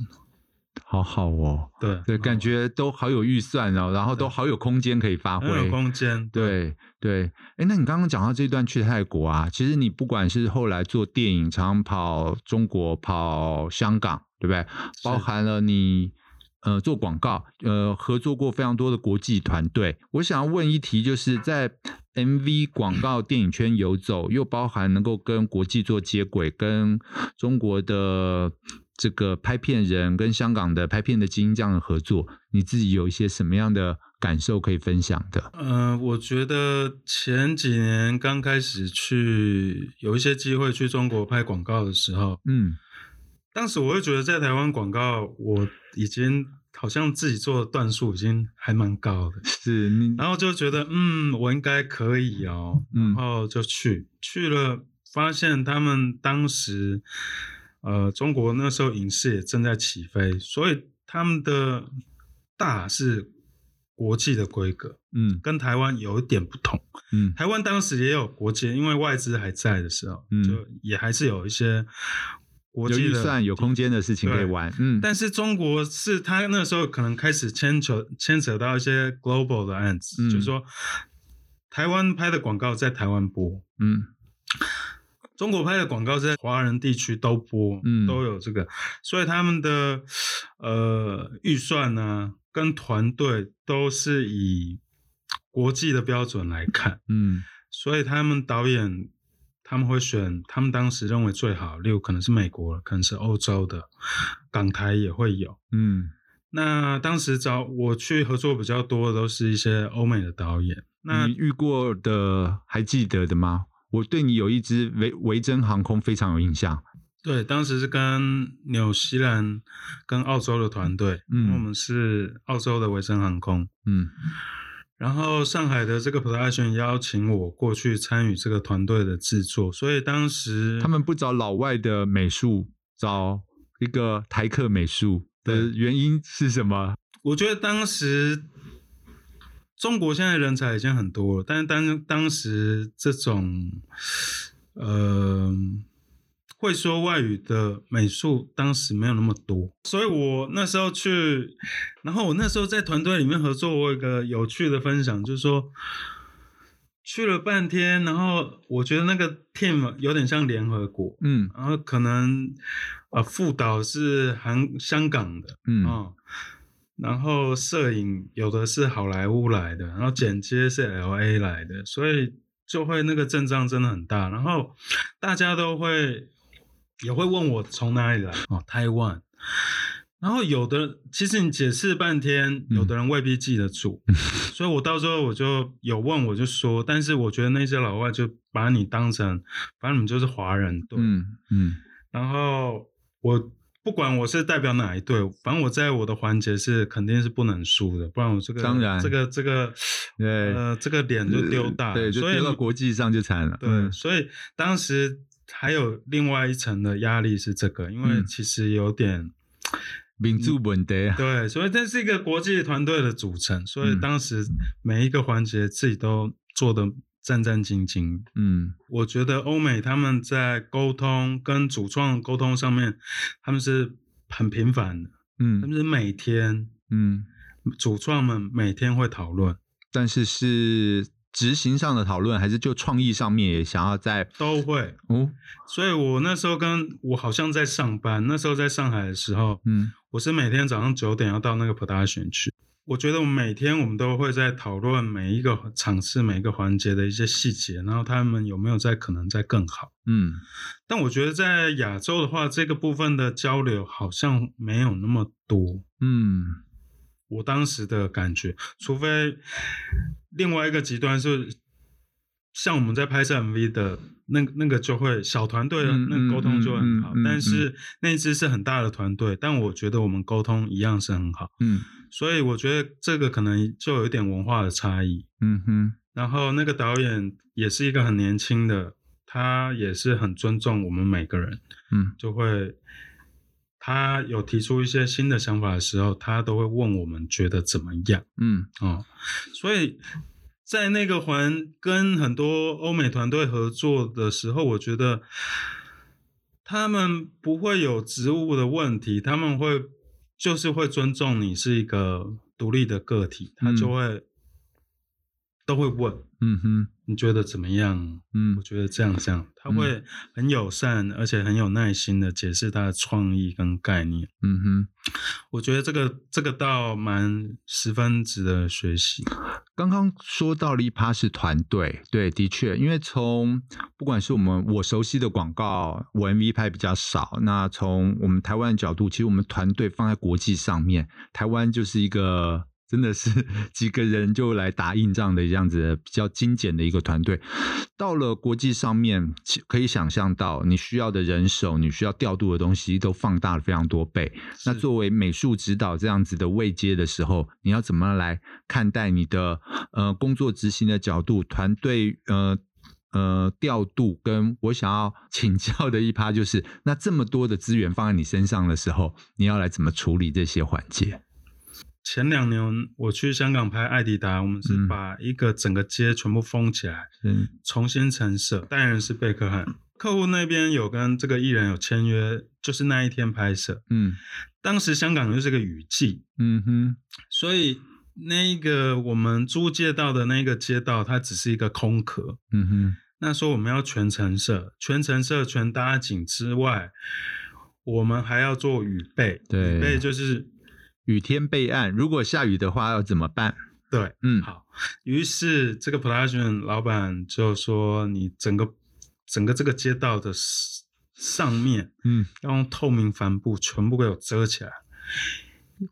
Speaker 6: 好好哦，
Speaker 1: 对嗯
Speaker 6: 对，感觉都好有预算哦，然后都
Speaker 1: 对
Speaker 6: 好有空间可以发挥
Speaker 1: 很。有空间。
Speaker 6: 对对，哎，那你刚刚讲到这段去泰国啊，其实你不管是后来做电影，常常跑中国、跑香港，对不对？包
Speaker 1: 是
Speaker 6: 含了你呃做广告，呃合作过非常多的国际团队。我想要问一题，就是在 MV 广告电影圈游走，又包含能够跟国际做接轨，跟中国的。这个拍片人跟香港的拍片的精英这样的合作，你自己有一些什么样的感受可以分享的？
Speaker 1: 嗯、我觉得前几年刚开始去有一些机会去中国拍广告的时候，
Speaker 6: 嗯，
Speaker 1: 当时我会觉得在台湾广告我已经好像自己做的段数已经还蛮高的，
Speaker 6: 是你
Speaker 1: 然后就觉得嗯，我应该可以哦，
Speaker 6: 嗯
Speaker 1: 然后就去、去了，发现他们当时，呃，中国那时候影视也正在起飞，所以他们的大是国际的规格，
Speaker 6: 嗯
Speaker 1: 跟台湾有一点不同。
Speaker 6: 嗯
Speaker 1: 台湾当时也有国际，因为外资还在的时候，
Speaker 6: 嗯
Speaker 1: 就也还是有一些国
Speaker 6: 有
Speaker 1: 际
Speaker 6: 预
Speaker 1: 的
Speaker 6: 算有空间的事情可以
Speaker 1: 对
Speaker 6: 玩，嗯，
Speaker 1: 但是中国是他那时候可能开始牵扯牵扯到一些 global 的案子，
Speaker 6: 嗯
Speaker 1: 就是说台湾拍的广告在台湾播，
Speaker 6: 嗯
Speaker 1: 中国拍的广告在华人地区都播，
Speaker 6: 嗯
Speaker 1: 都有这个，所以他们的呃预算呢、跟团队都是以国际的标准来看，
Speaker 6: 嗯
Speaker 1: 所以他们导演。他们会选他们当时认为最好，例如可能是美国，可能是欧洲的，港台也会有。
Speaker 6: 嗯
Speaker 1: 那当时找我去合作比较多的都是一些欧美的导演。那
Speaker 6: 你遇过的还记得的吗？我对你有一支维维珍航空非常有印象，
Speaker 1: 对，当时是跟纽西兰、跟澳洲的团队，
Speaker 6: 嗯
Speaker 1: 因为我们是澳洲的维珍航空。
Speaker 6: 嗯
Speaker 1: 然后上海的这个 production 邀请我过去参与这个团队的制作，所以当时
Speaker 6: 他们不找老外的美术，找一个台客美术的
Speaker 1: 对
Speaker 6: 原因是什么？
Speaker 1: 我觉得当时中国现在人才已经很多了，但是当当时这种呃会说外语的美术当时没有那么多，所以我那时候去，然后我那时候在团队里面合作，我有一个有趣的分享，就是说。去了半天，然后我觉得那个 team 有点像联合国，
Speaker 6: 嗯
Speaker 1: 然后可能呃副导是韩香港的，
Speaker 6: 嗯
Speaker 1: 哦，然后摄影有的是好莱坞来的，然后剪接是 L A 来的，所以就会那个阵仗真的很大。然后大家都会也会问我从哪里来哦，台湾。然后有的其实你解释半天，有的人未必记得住，所以我到最后我就有问我就说，但是我觉得那些老外就把你当成，反正你们就是华人，对，
Speaker 6: 嗯嗯
Speaker 1: 然后我不管我是代表哪一队，反正我在我的环节是肯定是不能输的，不然我这个
Speaker 6: 当然
Speaker 1: 这个这个
Speaker 6: 对呃
Speaker 1: 呃这个脸就丢大了，
Speaker 6: 对，就
Speaker 1: 所以
Speaker 6: 丢到
Speaker 1: 你
Speaker 6: 国际上就惨了，
Speaker 1: 对，
Speaker 6: 嗯
Speaker 1: 所以当时还有另外一层的压力是这个，因为
Speaker 6: 嗯
Speaker 1: 其实有点、
Speaker 6: 民族问题啊，
Speaker 1: 对，所以这是一个国际团队的组成，所以
Speaker 6: 嗯
Speaker 1: 当时每一个环节自己都做的战战兢兢，
Speaker 6: 嗯
Speaker 1: 我觉得欧美他们在沟通跟主创沟通上面，他们是很频繁的，他
Speaker 6: 嗯
Speaker 1: 们是每天
Speaker 6: 嗯，
Speaker 1: 主创们每天会讨论，
Speaker 6: 但是是执行上的讨论，还是就创意上面也想要在
Speaker 1: 都会。
Speaker 6: 哦，
Speaker 1: 所以我那时候跟我好像在上班，那时候在上海的时候，
Speaker 6: 嗯
Speaker 1: 我是每天早上九点要到那个 production 去。我觉得我们每天我们都会在讨论每一个场次、每一个环节的一些细节，然后他们有没有在可能在更好。
Speaker 6: 嗯
Speaker 1: 但我觉得在亚洲的话，这个部分的交流好像没有那么多。
Speaker 6: 嗯
Speaker 1: 我当时的感觉，除非另外一个极端是像我们在拍摄 MV 的那那个就会小团队，啊
Speaker 6: 嗯
Speaker 1: 那个沟通就会很好。
Speaker 6: 嗯嗯嗯嗯
Speaker 1: 但是那一支是很大的团队，但我觉得我们沟通一样是很好，
Speaker 6: 嗯
Speaker 1: 所以我觉得这个可能就有一点文化的差异。
Speaker 6: 嗯哼，
Speaker 1: 然后那个导演也是一个很年轻的，他也是很尊重我们每个人，
Speaker 6: 嗯
Speaker 1: 就会他有提出一些新的想法的时候，他都会问我们觉得怎么样
Speaker 6: 嗯
Speaker 1: 哦。所以在那个环跟很多欧美团队合作的时候，我觉得他们不会有职务的问题，他们会就是会尊重你是一个独立的个体，他就会、都会问
Speaker 6: 嗯哼
Speaker 1: 你觉得怎么样，我
Speaker 6: 嗯
Speaker 1: 觉得这样这样，他会很友善，而且很有耐心的解释他的创意跟概念。
Speaker 6: 嗯哼。
Speaker 1: 我觉得这个这个倒蛮十分值得学习。
Speaker 6: 刚刚说到了一趴是团队，对，的确，因为从不管是我们我熟悉的广告，我 MV 拍比较少，那从我们台湾的角度，其实我们团队放在国际上面，台湾就是一个真的是 (laughs) 几个人就来打硬仗的这样子比较精简的一个团队。到了国际上面，其可以想象到你需要的人手，你需要调度的东西都放大了非常多倍。那
Speaker 1: 是
Speaker 6: 作为美术指导这样子的位阶的时候，你要怎么来看待你的呃工作执行的角度、团队呃呃调度？跟我想要 (laughs) 请教的一趴就是，那这么多的资源放在你身上的时候，你要来怎么处理这些环节？
Speaker 1: 前两年我去香港拍艾迪达，我们是
Speaker 6: 嗯
Speaker 1: 把一个整个街全部封起来，
Speaker 6: 嗯
Speaker 1: 重新陈设。代言人是贝克汉，客户那边有跟这个艺人有签约，就是那一天拍摄。
Speaker 6: 嗯
Speaker 1: 当时香港又是个雨季，
Speaker 6: 嗯哼
Speaker 1: 所以那个我们租借到的那个街道，它只是一个空壳。
Speaker 6: 嗯哼
Speaker 1: 那时候我们要全橙色，全橙色全搭景之外，我们还要做雨备。
Speaker 6: 对
Speaker 1: 雨备就是
Speaker 6: 雨天备案，如果下雨的话要怎么办？
Speaker 1: 对。
Speaker 6: 嗯
Speaker 1: 好，于是这个 production 老板就说：“你整个整个这个街道的 s- 上面
Speaker 6: 嗯
Speaker 1: 要用透明帆布全部给我遮起来，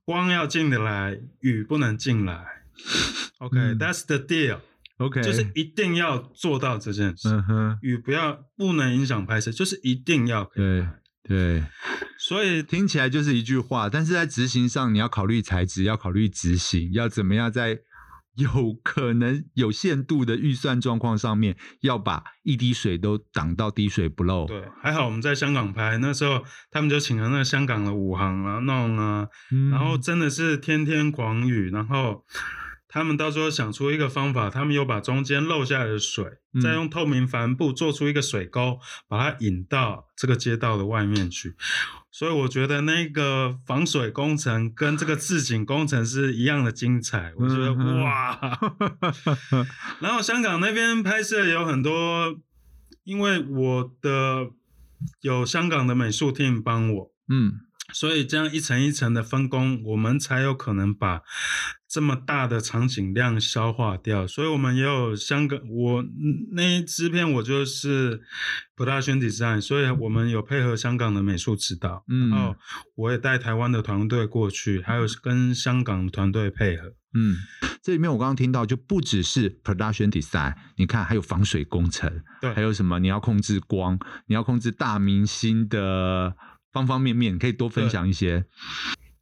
Speaker 1: 光要进得来，雨不能进来。
Speaker 6: 嗯
Speaker 1: OK，that's、the deal，、
Speaker 6: ，OK，
Speaker 1: 就是一定要做到这件事。
Speaker 6: 嗯哼，
Speaker 1: 雨不要不能影响拍摄，就是一定要可以
Speaker 6: 对
Speaker 1: 拍
Speaker 6: 对。
Speaker 1: 所以
Speaker 6: 听起来就是一句话，但是在执行上，你要考虑材质，要考虑执行，要怎么样在有可能有限度的预算状况上面，要把一滴水都挡到滴水不漏。
Speaker 1: 对，还好我们在香港拍，那时候他们就请了那个香港的武行啊弄啊，
Speaker 6: 嗯，
Speaker 1: 然后真的是天天狂雨，然后他们到时候想出一个方法，他们又把中间漏下来的水，
Speaker 6: 嗯
Speaker 1: 再用透明帆布做出一个水沟，把它引到这个街道的外面去。所以我觉得那个防水工程跟这个自景工程是一样的精彩，我觉得
Speaker 6: 嗯哼
Speaker 1: 哇， (laughs) 然后香港那边拍摄有很多，因为我的有香港的美术 team 帮我，
Speaker 6: 嗯
Speaker 1: 所以这样一层一层的分工，我们才有可能把这么大的场景量消化掉。所以我们也有香港，我嗯那一支片我就是 production design，所以我们有配合香港的美术指导，
Speaker 6: 嗯
Speaker 1: 然后我也带台湾的团队过去，还有跟香港团队配合。
Speaker 6: 嗯，这里面我刚刚听到就不只是 production design，你看还有防水工程，
Speaker 1: 对
Speaker 6: 还有什么你要控制光，你要控制大明星的方方面面，你可以多分
Speaker 1: 对
Speaker 6: 享一些。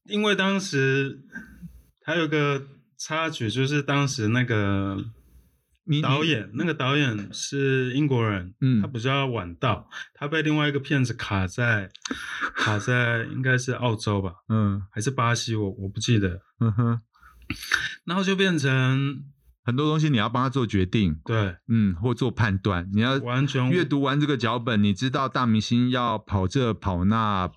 Speaker 1: 因为当时还有个插曲，就是当时那个
Speaker 6: 你你
Speaker 1: 导演，那个导演是英国人，
Speaker 6: 嗯
Speaker 1: 他比较晚到，他被另外一个片子卡在卡在应该是澳洲吧，
Speaker 6: 嗯
Speaker 1: 还是巴西，我我不记得，
Speaker 6: 嗯哼。
Speaker 1: 然后就变成
Speaker 6: 很多东西你要帮他做决定，
Speaker 1: 对
Speaker 6: 嗯，或做判断。你要
Speaker 1: 完全
Speaker 6: 阅读完这个脚本，你知道大明星要跑这跑那，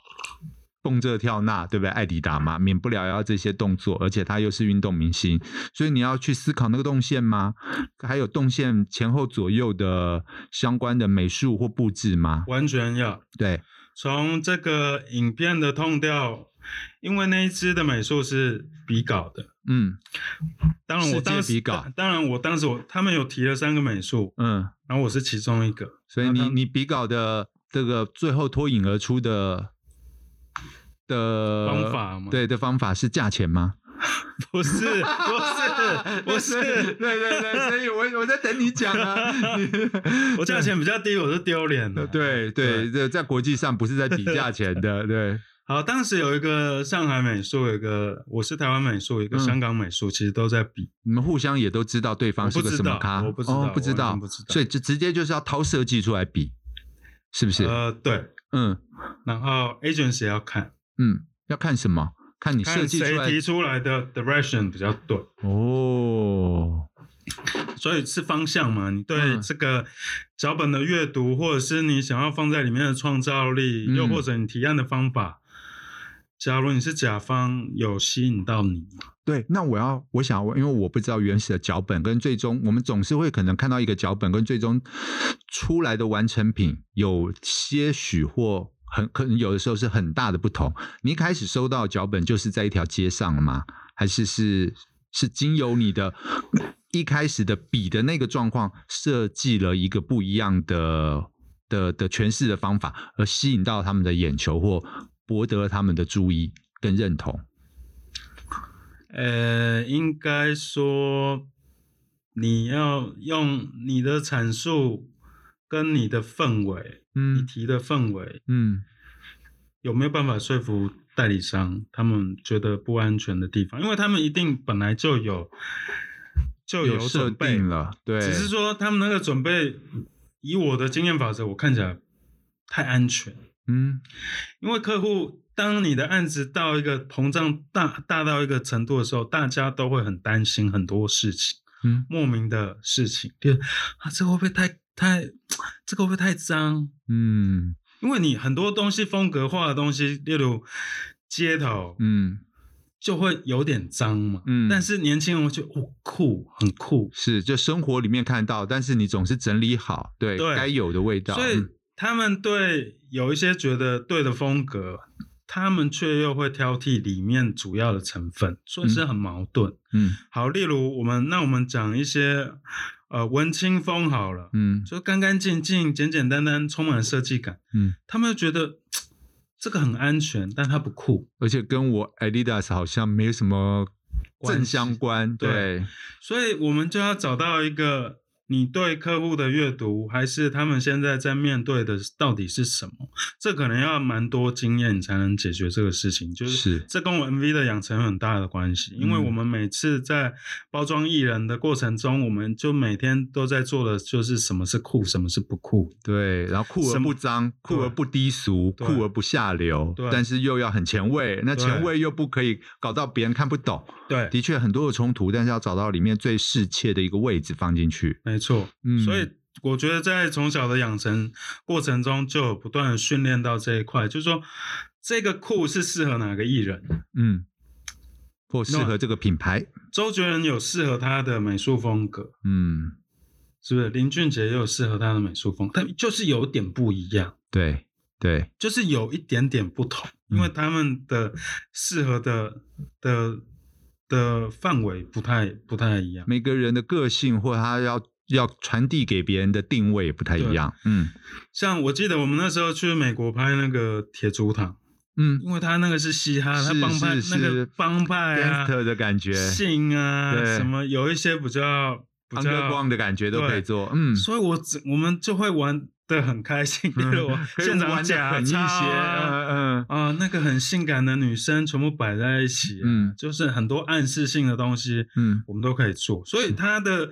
Speaker 6: 蹦这跳那，对不对？艾迪达嘛，免不了要这些动作，而且他又是运动明星，所以你要去思考那个动线吗？还有动线前后左右的相关的美术或布置吗？
Speaker 1: 完全要
Speaker 6: 对，
Speaker 1: 从这个影片的痛调，因为那一支的美术是比稿的。
Speaker 6: 嗯
Speaker 1: 当然，我
Speaker 6: 世界
Speaker 1: 当时
Speaker 6: 比稿
Speaker 1: 当然我当时我他们有提了三个美术，
Speaker 6: 嗯，
Speaker 1: 然后我是其中一个，
Speaker 6: 所以
Speaker 1: 那
Speaker 6: 你
Speaker 1: 他
Speaker 6: 你比稿的这个最后脱颖而出的的
Speaker 1: 方法吗
Speaker 6: 呃对的方法是价钱吗？
Speaker 1: 不是
Speaker 6: (laughs)
Speaker 1: 不是不 (laughs) 是，
Speaker 6: 对对对，所以我我在等你讲啊。你
Speaker 1: (laughs) 我价钱比较低，我是丢脸的。
Speaker 6: (laughs) 对对对，在国际上不是在比价钱
Speaker 1: (laughs)
Speaker 6: 的，对，
Speaker 1: 好，当时有一个上海美术，有一个我是台湾美术，有一个
Speaker 6: 嗯
Speaker 1: 香港美术，其实都在比。
Speaker 6: 你们互相也都知道对方是个什么咖，
Speaker 1: 我不知道
Speaker 6: 哦
Speaker 1: 我
Speaker 6: 不
Speaker 1: 不
Speaker 6: 知
Speaker 1: 知道
Speaker 6: 道
Speaker 1: 完全不知，道
Speaker 6: 所以就直接就是要掏设计出来比，是不是？
Speaker 1: 呃，对，
Speaker 6: 嗯
Speaker 1: 然后 agents 也要看，
Speaker 6: 嗯，要看什么？看你设
Speaker 1: 看
Speaker 6: 计出
Speaker 1: 谁
Speaker 6: 来
Speaker 1: 提出来的 direction 比较对，
Speaker 6: 哦，
Speaker 1: 所以是方向嘛。你对
Speaker 6: 嗯
Speaker 1: 这个脚本的阅读，或者是你想要放在里面的创造力，
Speaker 6: 嗯
Speaker 1: 又或者你提案的方法，假如你是甲方，有吸引到你吗？
Speaker 6: 对，那我要我想要，因为我不知道原始的脚本跟最终，我们总是会可能看到一个脚本跟最终出来的完成品有些许或很可能有的时候是很大的不同。你一开始收到的脚本就是在一条街上了吗？还是是是经由你的一开始的笔的那个状况设计了一个不一样的的的诠释的方法，而吸引到他们的眼球或博得他们的注意跟认同？
Speaker 1: 呃，应该说你要用你的阐述跟你的氛围，你
Speaker 6: 嗯
Speaker 1: 提的氛围
Speaker 6: 嗯。
Speaker 1: 有没有办法说服代理商他们觉得不安全的地方？因为他们一定本来就有就
Speaker 6: 有设
Speaker 1: 准备
Speaker 6: 定，了，对，
Speaker 1: 只是说他们那个准备，以我的经验法则，我看起来太安全。
Speaker 6: 嗯
Speaker 1: 因为客户，当你的案子到一个膨胀大大到一个程度的时候，大家都会很担心很多事情，
Speaker 6: 嗯
Speaker 1: 莫名的事情，就是啊，这个会不会太太，这个会不会太脏？
Speaker 6: 嗯
Speaker 1: 因为你很多东西风格化的东西，例如街头，
Speaker 6: 嗯，
Speaker 1: 就会有点脏嘛。
Speaker 6: 嗯
Speaker 1: 但是年轻人会觉得哦酷，很酷，
Speaker 6: 是，就生活里面看到，但是你总是整理好，对
Speaker 1: 对
Speaker 6: 该有的味道，
Speaker 1: 所以
Speaker 6: 嗯
Speaker 1: 他们对有一些觉得对的风格，他们却又会挑剔里面主要的成分，所以是很矛盾。
Speaker 6: 嗯
Speaker 1: 好，例如我们那我们讲一些呃文青风好了，
Speaker 6: 嗯
Speaker 1: 就干干净净、简简单单，充满设计感。
Speaker 6: 嗯，
Speaker 1: 他们又觉得嘖这个很安全，但它不酷，
Speaker 6: 而且跟我 Adidas 好像没有什么
Speaker 1: 关
Speaker 6: 正
Speaker 1: 系
Speaker 6: 相关，
Speaker 1: 对
Speaker 6: 对，
Speaker 1: 所以我们就要找到一个你对客户的阅读，还是他们现在在面对的到底是什么？这可能要蛮多经验，你才能解决这个事情。就是
Speaker 6: 是
Speaker 1: 这跟我 MV 的养成有很大的关系，因为
Speaker 6: 嗯
Speaker 1: 我们每次在包装艺人的过程中，我们就每天都在做的就是什么是酷，什么是不酷。
Speaker 6: 对，然后酷
Speaker 1: 什
Speaker 6: 而
Speaker 1: 么
Speaker 6: 不脏，酷
Speaker 1: 对
Speaker 6: 而不低俗，
Speaker 1: 对
Speaker 6: 酷而不下流
Speaker 1: 对，
Speaker 6: 但是又要很前卫，那前
Speaker 1: 对
Speaker 6: 卫又不可以搞到别人看不懂，
Speaker 1: 对，
Speaker 6: 的确很多的冲突，但是要找到里面最适切的一个位置放进去，
Speaker 1: 没错。
Speaker 6: 嗯，
Speaker 1: 所以我觉得在从小的养成过程中，就有不断的训练到这一块，就是说这个酷是适合哪个艺人。
Speaker 6: 嗯，或适合这个品牌。
Speaker 1: 周杰伦有适合他的美术风格，
Speaker 6: 嗯，
Speaker 1: 是不是？林俊杰也有适合他的美术风，但就是有点不一样，
Speaker 6: 对对，
Speaker 1: 就是有一点点不同，
Speaker 6: 嗯
Speaker 1: 因为他们的适合的的的范围不太不太一样。
Speaker 6: 每个人的个性或他要要传递给别人的定位也不太一样。嗯
Speaker 1: 像我记得我们那时候去美国拍那个《铁竹堂》，
Speaker 6: 嗯
Speaker 1: 因为他那个是嘻哈，啊他
Speaker 6: 是
Speaker 1: 帮派
Speaker 6: 是是
Speaker 1: 那个帮派啊，
Speaker 6: ，gangster 的感觉，
Speaker 1: 性啊，
Speaker 6: 对
Speaker 1: 什么有一些比较比较
Speaker 6: underground 的感觉都可
Speaker 1: 对
Speaker 6: 以做。嗯，
Speaker 1: 所以我只我们就会玩的很开心， (laughs) 比如我
Speaker 6: 可以
Speaker 1: 现场
Speaker 6: 玩得
Speaker 1: 假
Speaker 6: 很一些，
Speaker 1: 钞啊
Speaker 6: 嗯嗯
Speaker 1: 啊、那个很性感的女生全部摆在一起、嗯
Speaker 6: 嗯，
Speaker 1: 就是很多暗示性的东西，
Speaker 6: 嗯。
Speaker 1: 我们都可以做，所以它的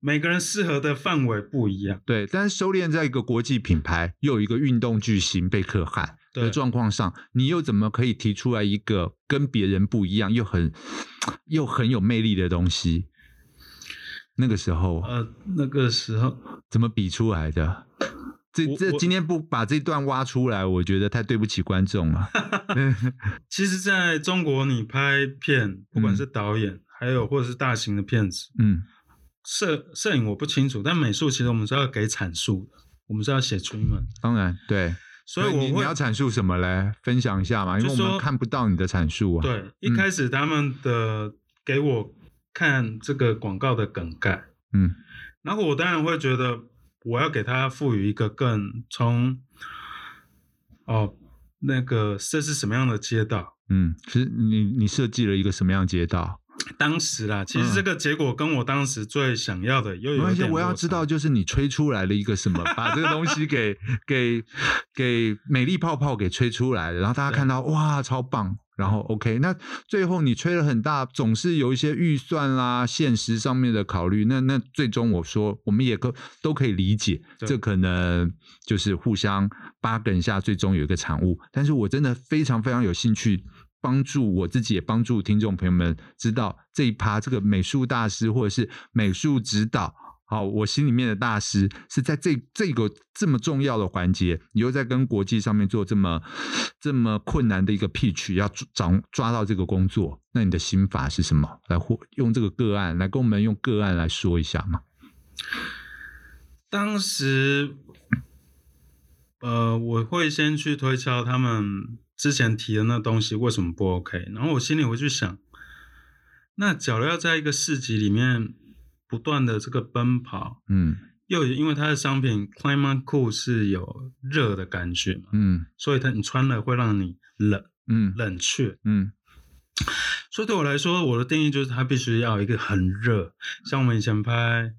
Speaker 1: 每个人适合的范围不一样，
Speaker 6: 对，但是收敛在一个国际品牌，又有一个运动巨星被可汗
Speaker 1: 对
Speaker 6: 的状况上，你又怎么可以提出来一个跟别人不一样又很又很有魅力的东西？那个时候，
Speaker 1: 呃，那个时候
Speaker 6: 怎么比出来的？这
Speaker 1: 我
Speaker 6: 这
Speaker 1: 我
Speaker 6: 今天不把这段挖出来，我觉得太对不起观众了。 (laughs)
Speaker 1: 其实在中国，你拍片，不管是导演，还有或者是大型的片子，
Speaker 6: 嗯
Speaker 1: 摄摄影我不清楚，但美术其实我们是要给阐述的，我们是要写出一门，
Speaker 6: 当然对，
Speaker 1: 所以
Speaker 6: 那你
Speaker 1: 我
Speaker 6: 你
Speaker 1: 会
Speaker 6: 要阐述什么嘞？分享一下嘛，因为
Speaker 1: 就
Speaker 6: 我
Speaker 1: 说
Speaker 6: 们看不到你的阐述啊。，
Speaker 1: 对，一开始他们的给我看这个广告的梗概，
Speaker 6: 嗯
Speaker 1: 然后我当然会觉得我要给它赋予一个更从哦那个这是什么样的街道。
Speaker 6: 嗯，是你你设计了一个什么样的街道？
Speaker 1: 当时啦，其实这个结果跟我当时最想要的又
Speaker 6: 嗯没
Speaker 1: 有
Speaker 6: 关
Speaker 1: 一
Speaker 6: 系，
Speaker 1: 点
Speaker 6: 我要
Speaker 1: 落
Speaker 6: 知
Speaker 1: 差
Speaker 6: 道就是你吹出来了一个什么，把这个东西
Speaker 1: (laughs)
Speaker 6: 给给给美丽泡泡给吹出来了，然后大家看到哇，超棒，然后 OK，那最后你吹了很大，总是有一些预算啦、现实上面的考虑。那那最终我说，我们也可都可以理解，
Speaker 1: 对
Speaker 6: 这可能就是互相八梗一下，最终有一个产物。但是我真的非常非常有兴趣。帮助我自己，也帮助听众朋友们知道这一趴这个美术大师或者是美术指导，好，我心里面的大师是在这这个这么重要的环节，你又在跟国际上面做这么这么困难的一个 pitch，要抓掌抓到这个工作，那你的心法是什么？来或用这个个案来跟我们用个案来说一下嘛？
Speaker 1: 当时，呃，我会先去推敲他们之前提的那东西为什么不 OK，然后我心里会去想，那假如要在一个市集里面不断的这个奔跑，
Speaker 6: 嗯
Speaker 1: 又因为它的商品 Climate Cool 是有热的感觉嘛，
Speaker 6: 嗯
Speaker 1: 所以它你穿了会让你冷
Speaker 6: 嗯
Speaker 1: 冷却，
Speaker 6: 嗯
Speaker 1: 所以对我来说，我的定义就是它必须要有一个很热，像我们以前拍，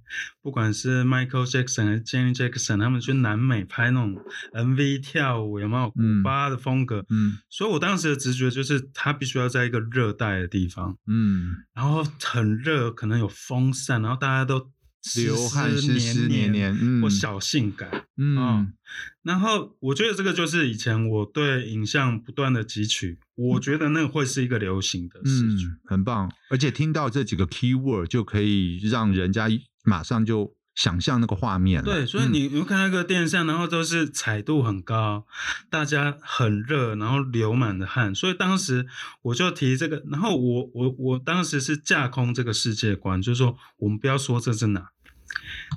Speaker 1: 不管是 Michael Jackson 还是 Jenny Jackson，他们去南美拍那种 MV 跳舞，有没有古
Speaker 6: 嗯
Speaker 1: 巴的风格？
Speaker 6: 嗯
Speaker 1: 所以我当时的直觉就是，它必须要在一个热带的地方，
Speaker 6: 嗯，
Speaker 1: 然后很热，可能有风扇，然后大家都湿
Speaker 6: 流汗湿湿
Speaker 1: 黏
Speaker 6: 黏黏，嗯，
Speaker 1: 或小啊性感。哦
Speaker 6: 嗯
Speaker 1: 然后我觉得这个就是以前我对影像不断的汲取，我觉得那个会是一个流行的视觉。
Speaker 6: 嗯，很棒。而且听到这几个 keyword 就可以让人家马上就想象那个画面了。
Speaker 1: 对，所以
Speaker 6: 嗯
Speaker 1: 你你会看到一个电扇，然后都是彩度很高，大家很热，然后流满了汗。所以当时我就提这个，然后我我我当时是架空这个世界观，就是说我们不要说这是哪，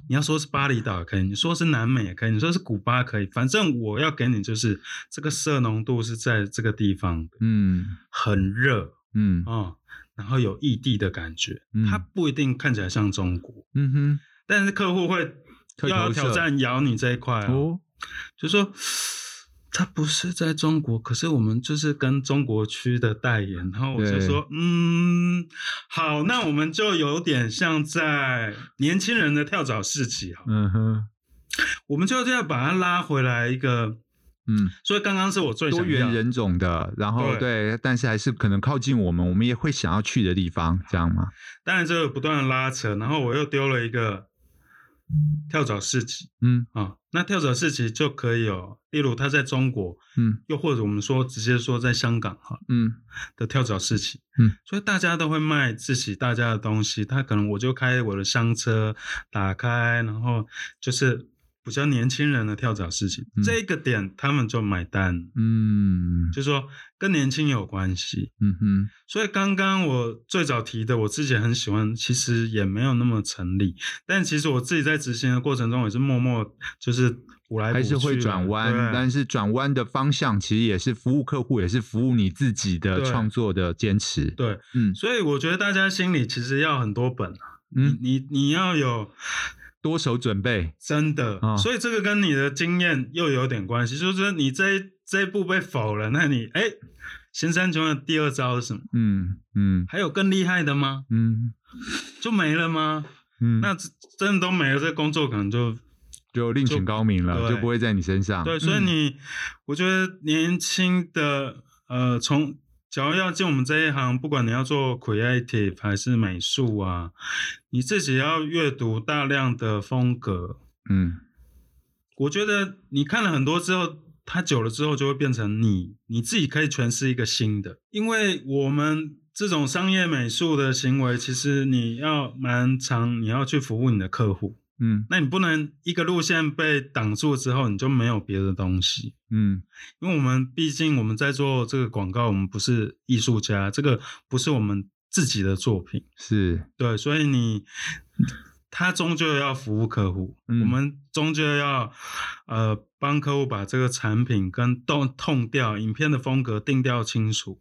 Speaker 1: 你要说是巴厘岛也可以，你说是南美也可以，你说是古巴也可以，反正我要给你就是这个色浓度是在这个地方的
Speaker 6: 嗯
Speaker 1: 很热
Speaker 6: 嗯
Speaker 1: 哦，然后有异地的感觉，
Speaker 6: 嗯
Speaker 1: 它不一定看起来像中国。
Speaker 6: 嗯哼，
Speaker 1: 但是客户会
Speaker 6: 会
Speaker 1: 要
Speaker 6: 投射
Speaker 1: 挑战咬你这一块、哦，
Speaker 6: 哦，
Speaker 1: 就说他不是在中国，可是我们就是跟中国区的代言，然后我就
Speaker 6: 对
Speaker 1: 说，嗯，好，那我们就有点像在年轻人的跳蚤市集啊，
Speaker 6: 嗯哼，
Speaker 1: 我们就要把它拉回来一个，
Speaker 6: 嗯，
Speaker 1: 所以刚刚是我最
Speaker 6: 多
Speaker 1: 想要
Speaker 6: 元人种的，然后
Speaker 1: 对
Speaker 6: 对，但是还是可能靠近我们，我们也会想要去的地方，这样吗？
Speaker 1: 当然这个不断的拉扯，然后我又丢了一个跳蚤市集
Speaker 6: 嗯
Speaker 1: 啊、那跳蚤市集就可以有，例如他在中国。
Speaker 6: 嗯
Speaker 1: 又或者我们说直接说在香港哈
Speaker 6: 嗯
Speaker 1: 的跳蚤市集，
Speaker 6: 嗯，
Speaker 1: 所以大家都会卖自己大家的东西，他可能我就开我的香车打开，然后就是比较年轻人的跳蚤市集，
Speaker 6: 嗯
Speaker 1: 这个点他们就买单，
Speaker 6: 嗯
Speaker 1: 就说跟年轻有关系。
Speaker 6: 嗯哼，
Speaker 1: 所以刚刚我最早提的，我自己很喜欢，其实也没有那么成立，但其实我自己在执行的过程中也是默默就是补来补
Speaker 6: 还
Speaker 1: 去
Speaker 6: 是
Speaker 1: 的，
Speaker 6: 会转
Speaker 1: 对
Speaker 6: 弯，但是转弯的方向其实也是服务客户，也是服务你自己的
Speaker 1: 对
Speaker 6: 创作的坚持。
Speaker 1: 对，
Speaker 6: 嗯
Speaker 1: 所以我觉得大家心里其实要很多本啊，
Speaker 6: 嗯，
Speaker 1: 你你你要有
Speaker 6: 多手准备。
Speaker 1: 真的，
Speaker 6: 啊
Speaker 1: 所以这个跟你的经验又有点关系，就是你这一这一步被否了，那你哎，行山穷的第二招是什么？
Speaker 6: 嗯嗯
Speaker 1: 还有更厉害的吗？
Speaker 6: 嗯
Speaker 1: 就没了吗？
Speaker 6: 嗯，
Speaker 1: 那真真的都没了，这工作可能就
Speaker 6: 就另请高明了，
Speaker 1: 对
Speaker 6: 就不会在你身上。
Speaker 1: 对，所以
Speaker 6: 嗯
Speaker 1: 你，我觉得年轻的呃，从只要要进我们这一行，不管你要做 creative 还是美术啊，你自己要阅读大量的风格。
Speaker 6: 嗯
Speaker 1: 我觉得你看了很多之后，它久了之后就会变成你你自己可以诠释一个新的，因为我们。这种商业美术的行为，其实你要蛮长，你要去服务你的客户，
Speaker 6: 嗯
Speaker 1: 那你不能一个路线被挡住之后，你就没有别的东西。
Speaker 6: 嗯
Speaker 1: 因为我们毕竟我们在做这个广告，我们不是艺术家，这个不是我们自己的作品，
Speaker 6: 是
Speaker 1: 对，所以你他终究要服务客户，
Speaker 6: 嗯
Speaker 1: 我们终究要呃帮客户把这个产品跟痛痛调影片的风格定调清楚，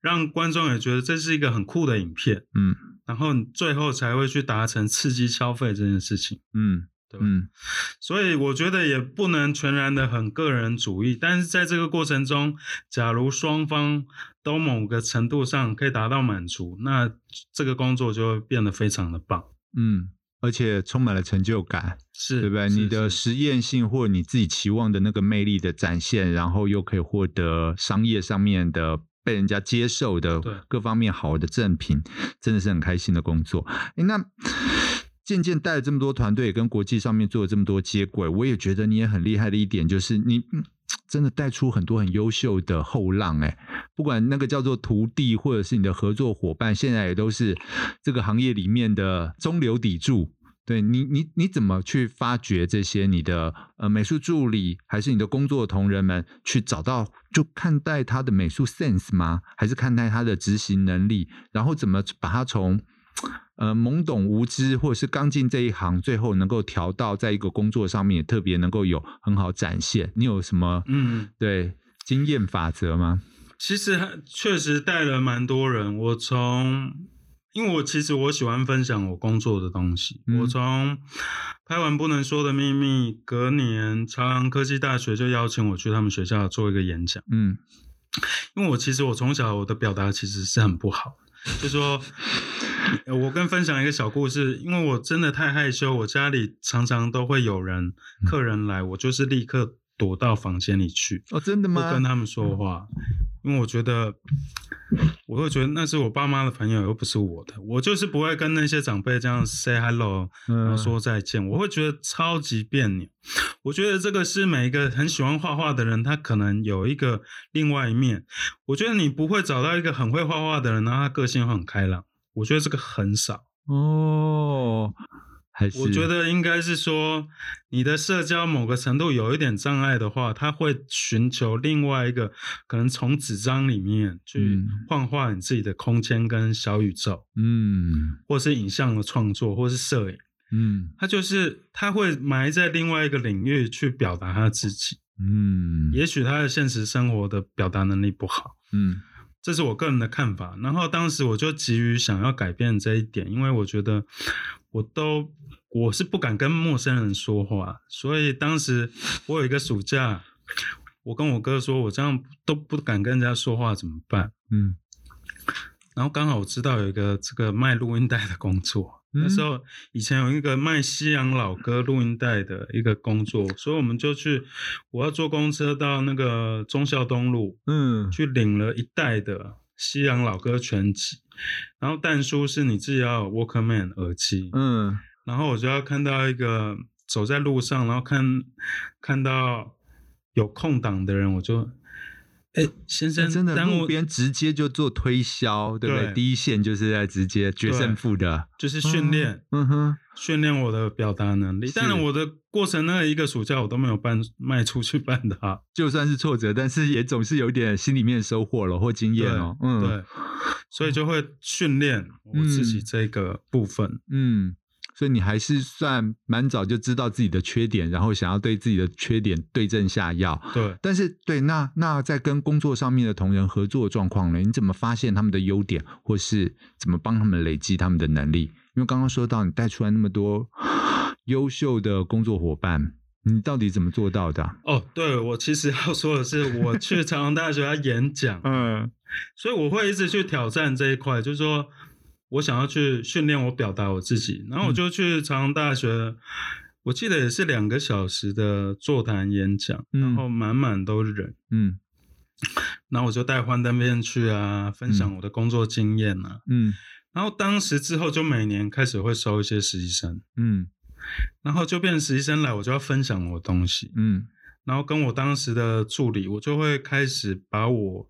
Speaker 1: 让观众也觉得这是一个很酷的影片，
Speaker 6: 嗯
Speaker 1: 然后你最后才会去达成刺激消费这件事情。
Speaker 6: 嗯
Speaker 1: 对吧
Speaker 6: 嗯
Speaker 1: 所以我觉得也不能全然的很个人主义，但是在这个过程中，假如双方都某个程度上可以达到满足，那这个工作就会变得非常的棒。
Speaker 6: 嗯，而且充满了成就感，
Speaker 1: 是，
Speaker 6: 对不对？
Speaker 1: 是
Speaker 6: 你的
Speaker 1: 是
Speaker 6: 实验性或你自己期望的那个魅力的展现，然后又可以获得商业上面的。被人家接受的
Speaker 1: 对，
Speaker 6: 各方面好的赠品，真的是很开心的工作。诶那渐渐带了这么多团队，跟国际上面做了这么多接轨，我也觉得你也很厉害的一点就是你。嗯真的带出很多很优秀的后浪诶、不管那个叫做徒弟或者是你的合作伙伴，现在也都是这个行业里面的中流砥柱。对你，你你怎么去发掘这些你的呃美术助理，还是你的工作同仁们去找到，就看待他的美术 sense 吗？还是看待他的执行能力？然后怎么把他从呃懵懂无知或者是刚进这一行，最后能够调到在一个工作上面也特别能够有很好展现？你有什么
Speaker 1: 嗯，
Speaker 6: 对经验法则吗？
Speaker 1: 其实还确实带了蛮多人。我从，因为我其实我喜欢分享我工作的东西。
Speaker 6: 嗯
Speaker 1: 我从拍完《不能说的秘密》，隔年朝阳科技大学就邀请我去他们学校做一个演讲。
Speaker 6: 嗯，
Speaker 1: 因为我其实我从小我的表达其实是很不好，就说。呃我跟分享一个小故事，因为我真的太害羞，我家里常常都会有人
Speaker 6: 嗯
Speaker 1: 客人来，我就是立刻躲到房间里去。
Speaker 6: 哦，真的
Speaker 1: 不
Speaker 6: 吗嗯
Speaker 1: 跟？他们说话，因为我觉得，我会觉得那是我爸妈的朋友，又不是我的，我就是不会跟那些长辈这样 say hello，然后
Speaker 6: 嗯，
Speaker 1: 说再见，我会觉得超级别扭。我觉得这个是每一个很喜欢画画的人，他可能有一个另外一面。我觉得你不会找到一个很会画画的人，然后他个性很开朗。我觉得这个很少，
Speaker 6: 哦，还是
Speaker 1: 我觉得应该是说，你的社交某个程度有一点障碍的话，他会寻求另外一个可能从纸张里面去
Speaker 6: 嗯
Speaker 1: 幻化你自己的空间跟小宇宙，
Speaker 6: 嗯
Speaker 1: 或是影像的创作，或是摄影。
Speaker 6: 嗯
Speaker 1: 他就是他会埋在另外一个领域去表达他自己，
Speaker 6: 嗯，
Speaker 1: 也许他的现实生活的表达能力不好，
Speaker 6: 嗯
Speaker 1: 这是我个人的看法。然后当时我就急于想要改变这一点，因为我觉得我都我是不敢跟陌生人说话，所以当时我有一个暑假，我跟我哥说，我这样都不敢跟人家说话怎么办？
Speaker 6: 嗯
Speaker 1: 然后刚好我知道有一个这个卖录音带的工作，
Speaker 6: 嗯
Speaker 1: 那时候以前有一个卖西洋老歌录音带的一个工作，所以我们就去，我要坐公车到那个忠孝东路，
Speaker 6: 嗯
Speaker 1: 去领了一袋的西洋老歌全集，然后蛋叔是你自己要有 Walkman 耳机，
Speaker 6: 嗯
Speaker 1: 然后我就要看到一个走在路上，然后看看到有空档的人，我就，哎，先
Speaker 6: 那
Speaker 1: 生，
Speaker 6: 真的
Speaker 1: 耽误
Speaker 6: 路边直接就做推销，对不对？
Speaker 1: 对
Speaker 6: 第一线就是在直接决胜负的，
Speaker 1: 就是训练。
Speaker 6: 嗯哼，
Speaker 1: 训练我的表达能力，
Speaker 6: 是
Speaker 1: 当然我的过程那一个暑假我都没有办卖出去办啊它，
Speaker 6: 就算是挫折，但是也总是有一点心里面收获了或经验哦，嗯，
Speaker 1: 对，所以就会训练我自己
Speaker 6: 嗯
Speaker 1: 这个部分。
Speaker 6: 嗯，所以你还是算蛮早就知道自己的缺点，然后想要对自己的缺点对症下药。
Speaker 1: 对，
Speaker 6: 但是，对，那那在跟工作上面的同仁合作的状况呢？你怎么发现他们的优点，或是怎么帮他们累积他们的能力？因为刚刚说到你带出来那么多优秀的工作伙伴，你到底怎么做到的啊？，
Speaker 1: 哦，对，我其实要说的是，我去长安大学要演讲
Speaker 6: 嗯
Speaker 1: 所以我会一直去挑战这一块，就是说我想要去训练我表达我自己，然
Speaker 6: 嗯
Speaker 1: 后我就去长安大学，我记得也是两个小时的座谈演讲，然
Speaker 6: 嗯
Speaker 1: 后满满都是人，
Speaker 6: 嗯
Speaker 1: 然后我就带幻灯片去啊，分享我的工作经验啊，
Speaker 6: 嗯
Speaker 1: 然后当时之后就每年开始会收一些实习生，
Speaker 6: 嗯
Speaker 1: 然后就变实习生来，我就要分享我的东西，
Speaker 6: 嗯
Speaker 1: 然后跟我当时的助理，我就会开始把我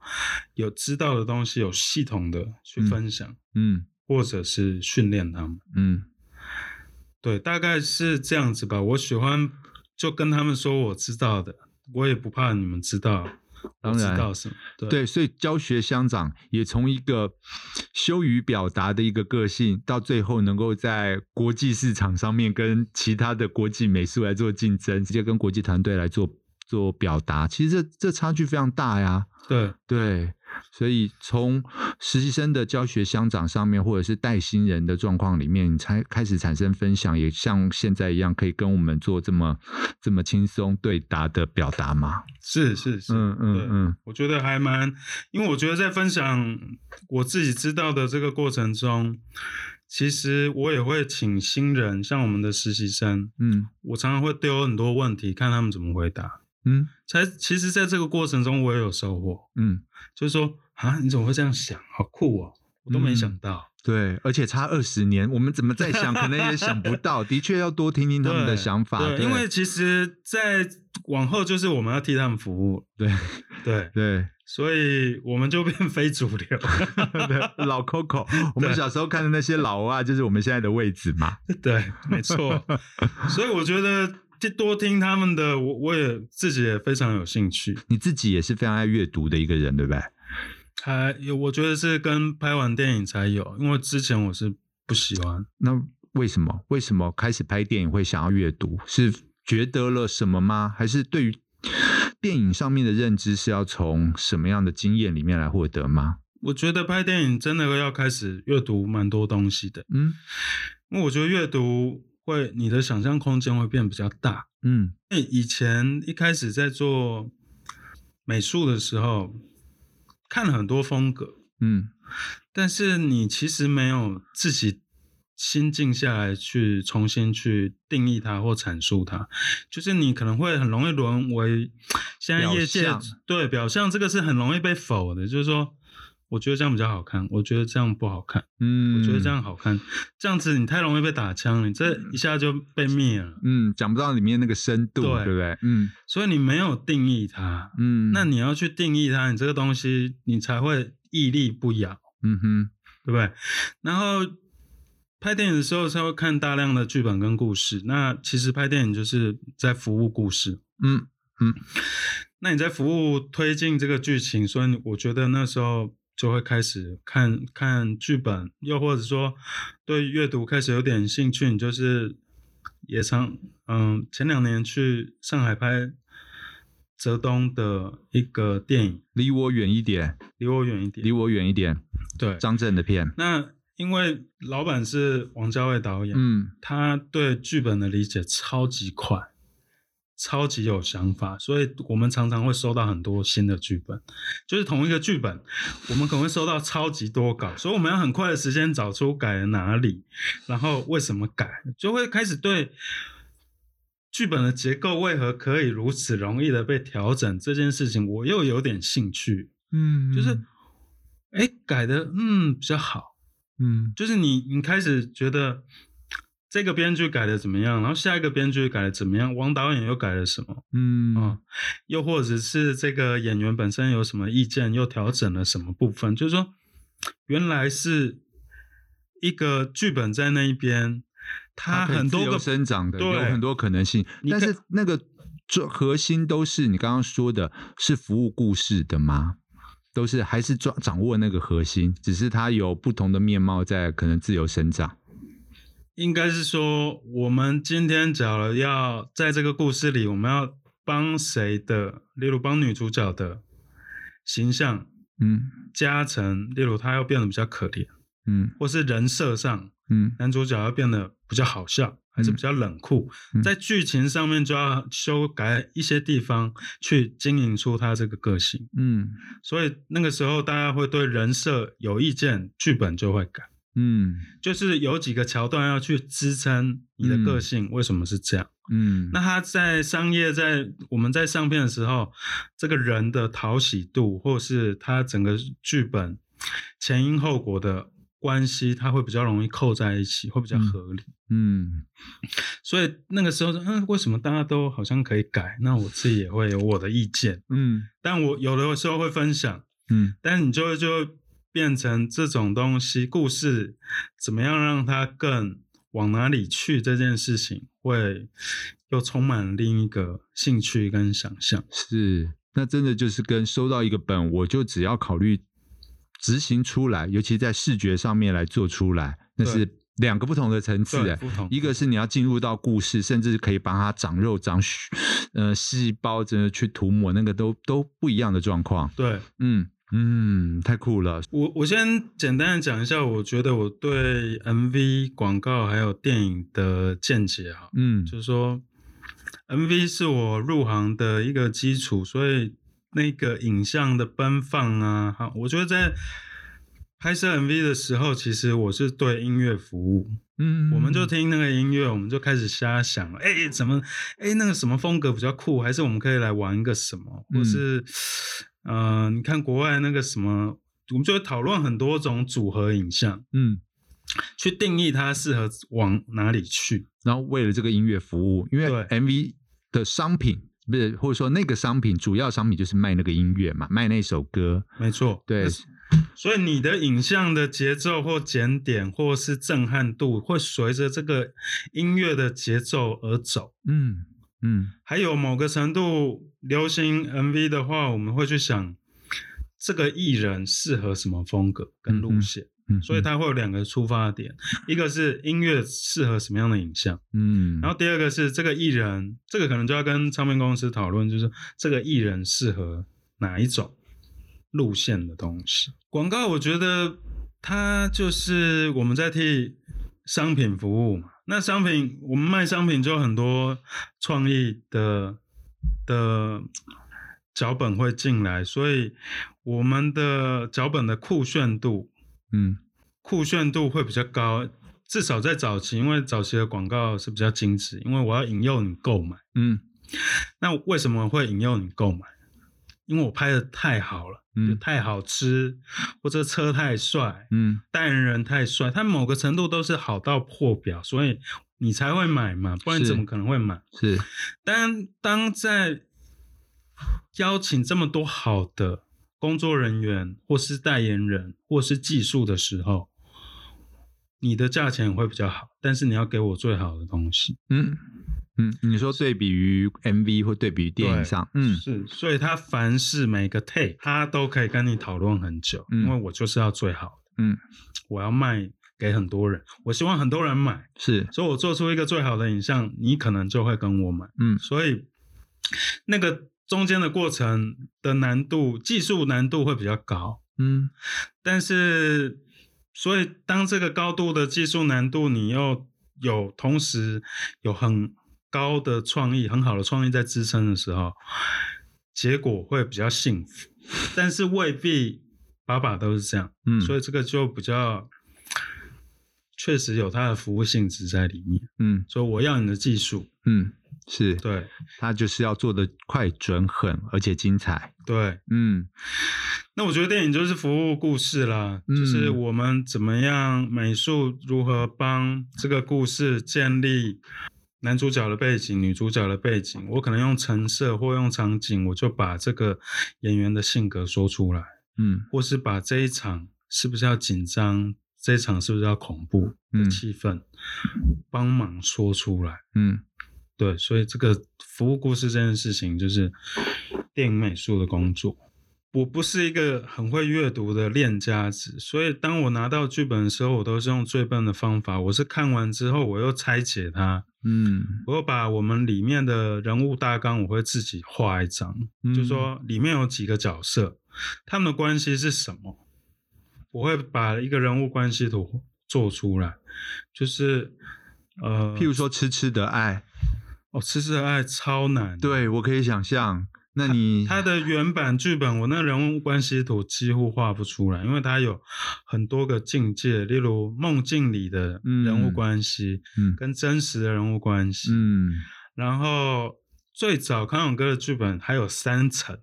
Speaker 1: 有知道的东西有系统的去分享，
Speaker 6: 嗯
Speaker 1: 或者是训练他们。
Speaker 6: 嗯
Speaker 1: 对，大概是这样子吧。我喜欢就跟他们说我知道的，我也不怕你们知道，我
Speaker 6: 当
Speaker 1: 知
Speaker 6: 然
Speaker 1: 道什么。对，
Speaker 6: 对，所以教学相长也从一个羞于表达的一个个性，到最后能够在国际市场上面跟其他的国际美术来做竞争，直接跟国际团队来做做表达，其实这这差距非常大呀。
Speaker 1: 对
Speaker 6: 对，所以从实习生的教学相长上面，或者是带新人的状况里面，你才开始产生分享，也像现在一样，可以跟我们做这么这么轻松对答的表达嘛？
Speaker 1: 是是是，
Speaker 6: 嗯
Speaker 1: 对
Speaker 6: 嗯嗯
Speaker 1: 我觉得还蛮，因为我觉得在分享我自己知道的这个过程中，其实我也会请新人，像我们的实习生，
Speaker 6: 嗯
Speaker 1: 我常常会丢很多问题，看他们怎么回答。
Speaker 6: 嗯
Speaker 1: 才其实，在这个过程中，我也有收获，
Speaker 6: 嗯
Speaker 1: 就是说啊，你怎么会这样想？好酷哦，我都没想
Speaker 6: 嗯
Speaker 1: 到。
Speaker 6: 对，而且差二十年，我们怎么再想，可能也想不
Speaker 1: (laughs)
Speaker 6: 到。的确要多听听他们的
Speaker 1: 对
Speaker 6: 想法，
Speaker 1: 对，
Speaker 6: 对
Speaker 1: 因为其实，在往后就是我们要替他们服务，
Speaker 6: 对
Speaker 1: 对，
Speaker 6: 对 (laughs)
Speaker 1: 所以我们就变非主流。
Speaker 6: 对老 Coco，我们小时候看的那些老啊，就是我们现在的位置嘛。
Speaker 1: (laughs) 对，没错。所以我觉得就多听他们的，我我也自己也非常有兴趣。
Speaker 6: 你自己也是非常爱阅读的一个人，对不对？
Speaker 1: 还有，我觉得是跟拍完电影才有，因为之前我是不喜欢。
Speaker 6: 那为什么？为什么开始拍电影会想要阅读？是觉得了什么吗？还是对于电影上面的认知是要从什么样的经验里面来获得吗？
Speaker 1: 我觉得拍电影真的要开始阅读蛮多东西的，
Speaker 6: 嗯
Speaker 1: 因为我觉得阅读会你的想象空间会变比较大。
Speaker 6: 嗯
Speaker 1: 因为以前一开始在做美术的时候，看了很多风格，
Speaker 6: 嗯
Speaker 1: 但是你其实没有自己心静下来去重新去定义它或阐述它，就是你可能会很容易沦为现在业界
Speaker 6: 表象
Speaker 1: 对表象这个是很容易被否的，就是说。我觉得这样比较好看，我觉得这样不好看，
Speaker 6: 嗯，
Speaker 1: 我觉得这样好看，这样子你太容易被打枪了，你这一下就被灭了，
Speaker 6: 嗯，讲不到里面那个深度，对
Speaker 1: 对
Speaker 6: 不对？嗯
Speaker 1: 所以你没有定义它，
Speaker 6: 嗯，
Speaker 1: 那你要去定义它，你这个东西你才会屹立不摇。
Speaker 6: 嗯哼
Speaker 1: 对不对？然后拍电影的时候是会看大量的剧本跟故事，那其实拍电影就是在服务故事。
Speaker 6: 嗯
Speaker 1: 那你在服务推进这个剧情，所以我觉得那时候就会开始看看剧本，又或者说对阅读开始有点兴趣。你就是也常嗯，前两年去上海拍泽东的一个电影，
Speaker 6: 离我远一点，
Speaker 1: 离我远一
Speaker 6: 离
Speaker 1: 点。
Speaker 6: 我远一点，
Speaker 1: 对，
Speaker 6: 张震的片，
Speaker 1: 那因为老板是王家卫导演，
Speaker 6: 嗯
Speaker 1: 他对剧本的理解超级快，超级有想法，所以我们常常会收到很多新的剧本，就是同一个剧本，我们可能会收到超级多稿，所以我们要很快的时间找出改了哪里，然后为什么改，就会开始对剧本的结构为何可以如此容易的被调整这件事情，我又有点兴趣，
Speaker 6: 嗯，
Speaker 1: 就是，哎、改的嗯比较好。
Speaker 6: 嗯
Speaker 1: 就是你你开始觉得这个编剧改的怎么样，然后下一个编剧改的怎么样，王导演又改了什么，
Speaker 6: 嗯
Speaker 1: 嗯，又或者是这个演员本身有什么意见，又调整了什么部分，就是说原来是一个剧本在那一边，它
Speaker 6: 可以
Speaker 1: 很
Speaker 6: 自
Speaker 1: 多
Speaker 6: 由
Speaker 1: 个
Speaker 6: 生长的，
Speaker 1: 对
Speaker 6: 有很多可能性，
Speaker 1: 你
Speaker 6: 但
Speaker 1: 看
Speaker 6: 是那个最核心都是你刚刚说的，是服务故事的吗？都是还是抓掌握那个核心，只是它有不同的面貌在，可能自由生长。
Speaker 1: 应该是说，我们今天假如要在这个故事里，我们要帮谁的，例如帮女主角的形象
Speaker 6: 嗯
Speaker 1: 加成，例如她要变得比较可怜。
Speaker 6: 嗯
Speaker 1: 或是人设上，
Speaker 6: 嗯
Speaker 1: 男主角要变得比较好笑，还是比较冷酷，
Speaker 6: 嗯
Speaker 1: 在剧情上面就要修改一些地方，去经营出他这个个性。
Speaker 6: 嗯
Speaker 1: 所以那个时候，大家会对人设有意见，剧本就会改，
Speaker 6: 嗯
Speaker 1: 就是有几个桥段要去支撑你的个性为什么是这样。
Speaker 6: 嗯，
Speaker 1: 那他在商业在我们在上片的时候，这个人的讨喜度，或是他整个剧本前因后果的关系，他会比较容易扣在一起，会比较合理。
Speaker 6: 嗯
Speaker 1: 所以那个时候说，嗯，为什么大家都好像可以改？那我自己也会有我的意见，
Speaker 6: 嗯
Speaker 1: 但我有的时候会分享，
Speaker 6: 嗯
Speaker 1: 但你就会就会变成这种东西，故事怎么样让它更往哪里去这件事情，会又充满另一个兴趣跟想象。
Speaker 6: 是，那真的就是跟收到一个本，我就只要考虑执行出来，尤其在视觉上面来做出来，那
Speaker 1: 对
Speaker 6: 是两个不同的层次
Speaker 1: 对
Speaker 6: 欸
Speaker 1: 不同
Speaker 6: 一个是你要进入到故事，甚至可以帮它长肉、长血呃细胞，真的去涂抹，那个都都不一样的状况。
Speaker 1: 对
Speaker 6: 嗯嗯，太酷了。
Speaker 1: 我，我先简单的讲一下，我觉得我对 MV 广告还有电影的见解哈，
Speaker 6: 嗯
Speaker 1: 就是说 MV 是我入行的一个基础，所以那个影像的奔放啊，哈，我觉得在拍摄 MV 的时候，其实我是对音乐服务，
Speaker 6: 嗯，
Speaker 1: 我们就听那个音乐，我们就开始瞎想，哎、怎么，哎、那个什么风格比较酷，
Speaker 6: 嗯
Speaker 1: 还是我们可以来玩一个什么，或是，呃，你看国外那个什么我们就会讨论很多种组合影像，
Speaker 6: 嗯，
Speaker 1: 去定义它适合往哪里去。
Speaker 6: 然后为了这个音乐服务，因为
Speaker 1: 对
Speaker 6: MV 的商品不是或者说那个商品主要商品就是卖那个音乐嘛，卖那首歌，
Speaker 1: 没错，
Speaker 6: 对
Speaker 1: 那，是所以你的影像的节奏或剪点或是震撼度，会随着这个音乐的节奏而走。
Speaker 6: 嗯嗯
Speaker 1: 还有某个程度，流行 MV 的话，我们会去想这个艺人适合什么风格跟路线，
Speaker 6: 嗯，
Speaker 1: 所以它会有两个出发点，一个是音乐适合什么样的影像，
Speaker 6: 嗯，
Speaker 1: 然后第二个是这个艺人，这个可能就要跟唱片公司讨论，就是这个艺人适合哪一种路线的东西。广告，我觉得它就是我们在替商品服务嘛。那商品，我们卖商品就有很多创意的的脚本会进来，所以我们的脚本的酷炫度
Speaker 6: 嗯
Speaker 1: 酷炫度会比较高，至少在早期，因为早期的广告是比较精致，因为我要引诱你购买。
Speaker 6: 嗯
Speaker 1: 那为什么会引诱你购买？因为我拍的太好了，
Speaker 6: 嗯
Speaker 1: 就太好吃，或者车太帅，
Speaker 6: 嗯
Speaker 1: 代言人太帅，他某个程度都是好到破表，所以你才会买嘛，不然
Speaker 6: 是
Speaker 1: 怎么可能会买？
Speaker 6: 是
Speaker 1: 但当在邀请这么多好的工作人员，或是代言人，或是技术的时候，你的价钱会比较好，但是你要给我最好的东西。
Speaker 6: 嗯嗯，你说对比于 MV 或对比于电影
Speaker 1: 对
Speaker 6: 上，嗯
Speaker 1: 是，所以他凡是每个 take，他都可以跟你讨论很久，
Speaker 6: 嗯
Speaker 1: 因为我就是要最好的，
Speaker 6: 嗯，
Speaker 1: 我要卖给很多人，我希望很多人买，
Speaker 6: 是
Speaker 1: 所以我做出一个最好的影像，你可能就会跟我买。
Speaker 6: 嗯
Speaker 1: 所以那个中间的过程的难度，技术难度会比较高。
Speaker 6: 嗯
Speaker 1: 但是，所以当这个高度的技术难度，你又有同时有很高的创意、很好的创意在支撑的时候，结果会比较幸福。但是未必把把都是这样，
Speaker 6: 嗯，
Speaker 1: 所
Speaker 6: 以
Speaker 1: 以这个就比较。确实有它的服务性质在里面，
Speaker 6: 嗯
Speaker 1: 所以我要你的技术，
Speaker 6: 嗯是，
Speaker 1: 对
Speaker 6: 他就是要做的快、准、狠，而且精彩，
Speaker 1: 对，
Speaker 6: 嗯。
Speaker 1: 那我觉得电影就是服务故事啦，
Speaker 6: 嗯
Speaker 1: 就是我们怎么样美术如何帮这个故事建立男主角的背景、女主角的背景。我可能用陈设或用场景，我就把这个演员的性格说出来，
Speaker 6: 嗯
Speaker 1: 或是把这一场是不是要紧张，这一场是不是要恐怖的
Speaker 6: 嗯
Speaker 1: 气氛，帮忙说出来。
Speaker 6: 嗯
Speaker 1: 对，所以这个服务故事这件事情，就是电影美术的工作。我不是一个很会阅读的练家子，所以当我拿到剧本的时候，我都是用最笨的方法。我是看完之后，我又拆解它，
Speaker 6: 嗯
Speaker 1: 我又把我们里面的人物大纲，我会自己画一张，
Speaker 6: 嗯
Speaker 1: 就说里面有几个角色，他们的关系是什么？我会把一个人物关系图做出来，就是呃，
Speaker 6: 譬如说《痴痴的爱
Speaker 1: 哦，痴痴的爱超难，》，
Speaker 6: 对我可以想象。那你
Speaker 1: 它的原版剧本，我那人物关系图几乎画不出来，因为它有很多个境界，例如梦境里的人物
Speaker 6: 嗯
Speaker 1: 关系、
Speaker 6: 嗯
Speaker 1: 跟真实的人物关系。
Speaker 6: 嗯
Speaker 1: 然后最早康永哥的剧本还有三
Speaker 6: (laughs)
Speaker 1: 层，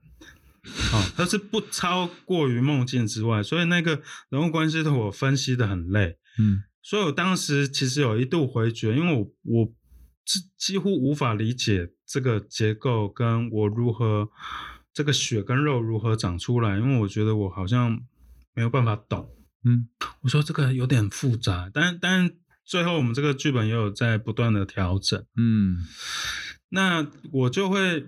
Speaker 1: 哦，它是不超过于梦境之外，所以那个人物关系图我分析的很累，
Speaker 6: 嗯
Speaker 1: 所以我当时其实有一度回绝，因为我我几几乎无法理解这个结构跟我如何这个血跟肉如何长出来，因为我觉得我好像没有办法懂。
Speaker 6: 嗯
Speaker 1: 我说这个有点复杂，但但最后我们这个剧本也有在不断的调整。
Speaker 6: 嗯
Speaker 1: 那我就会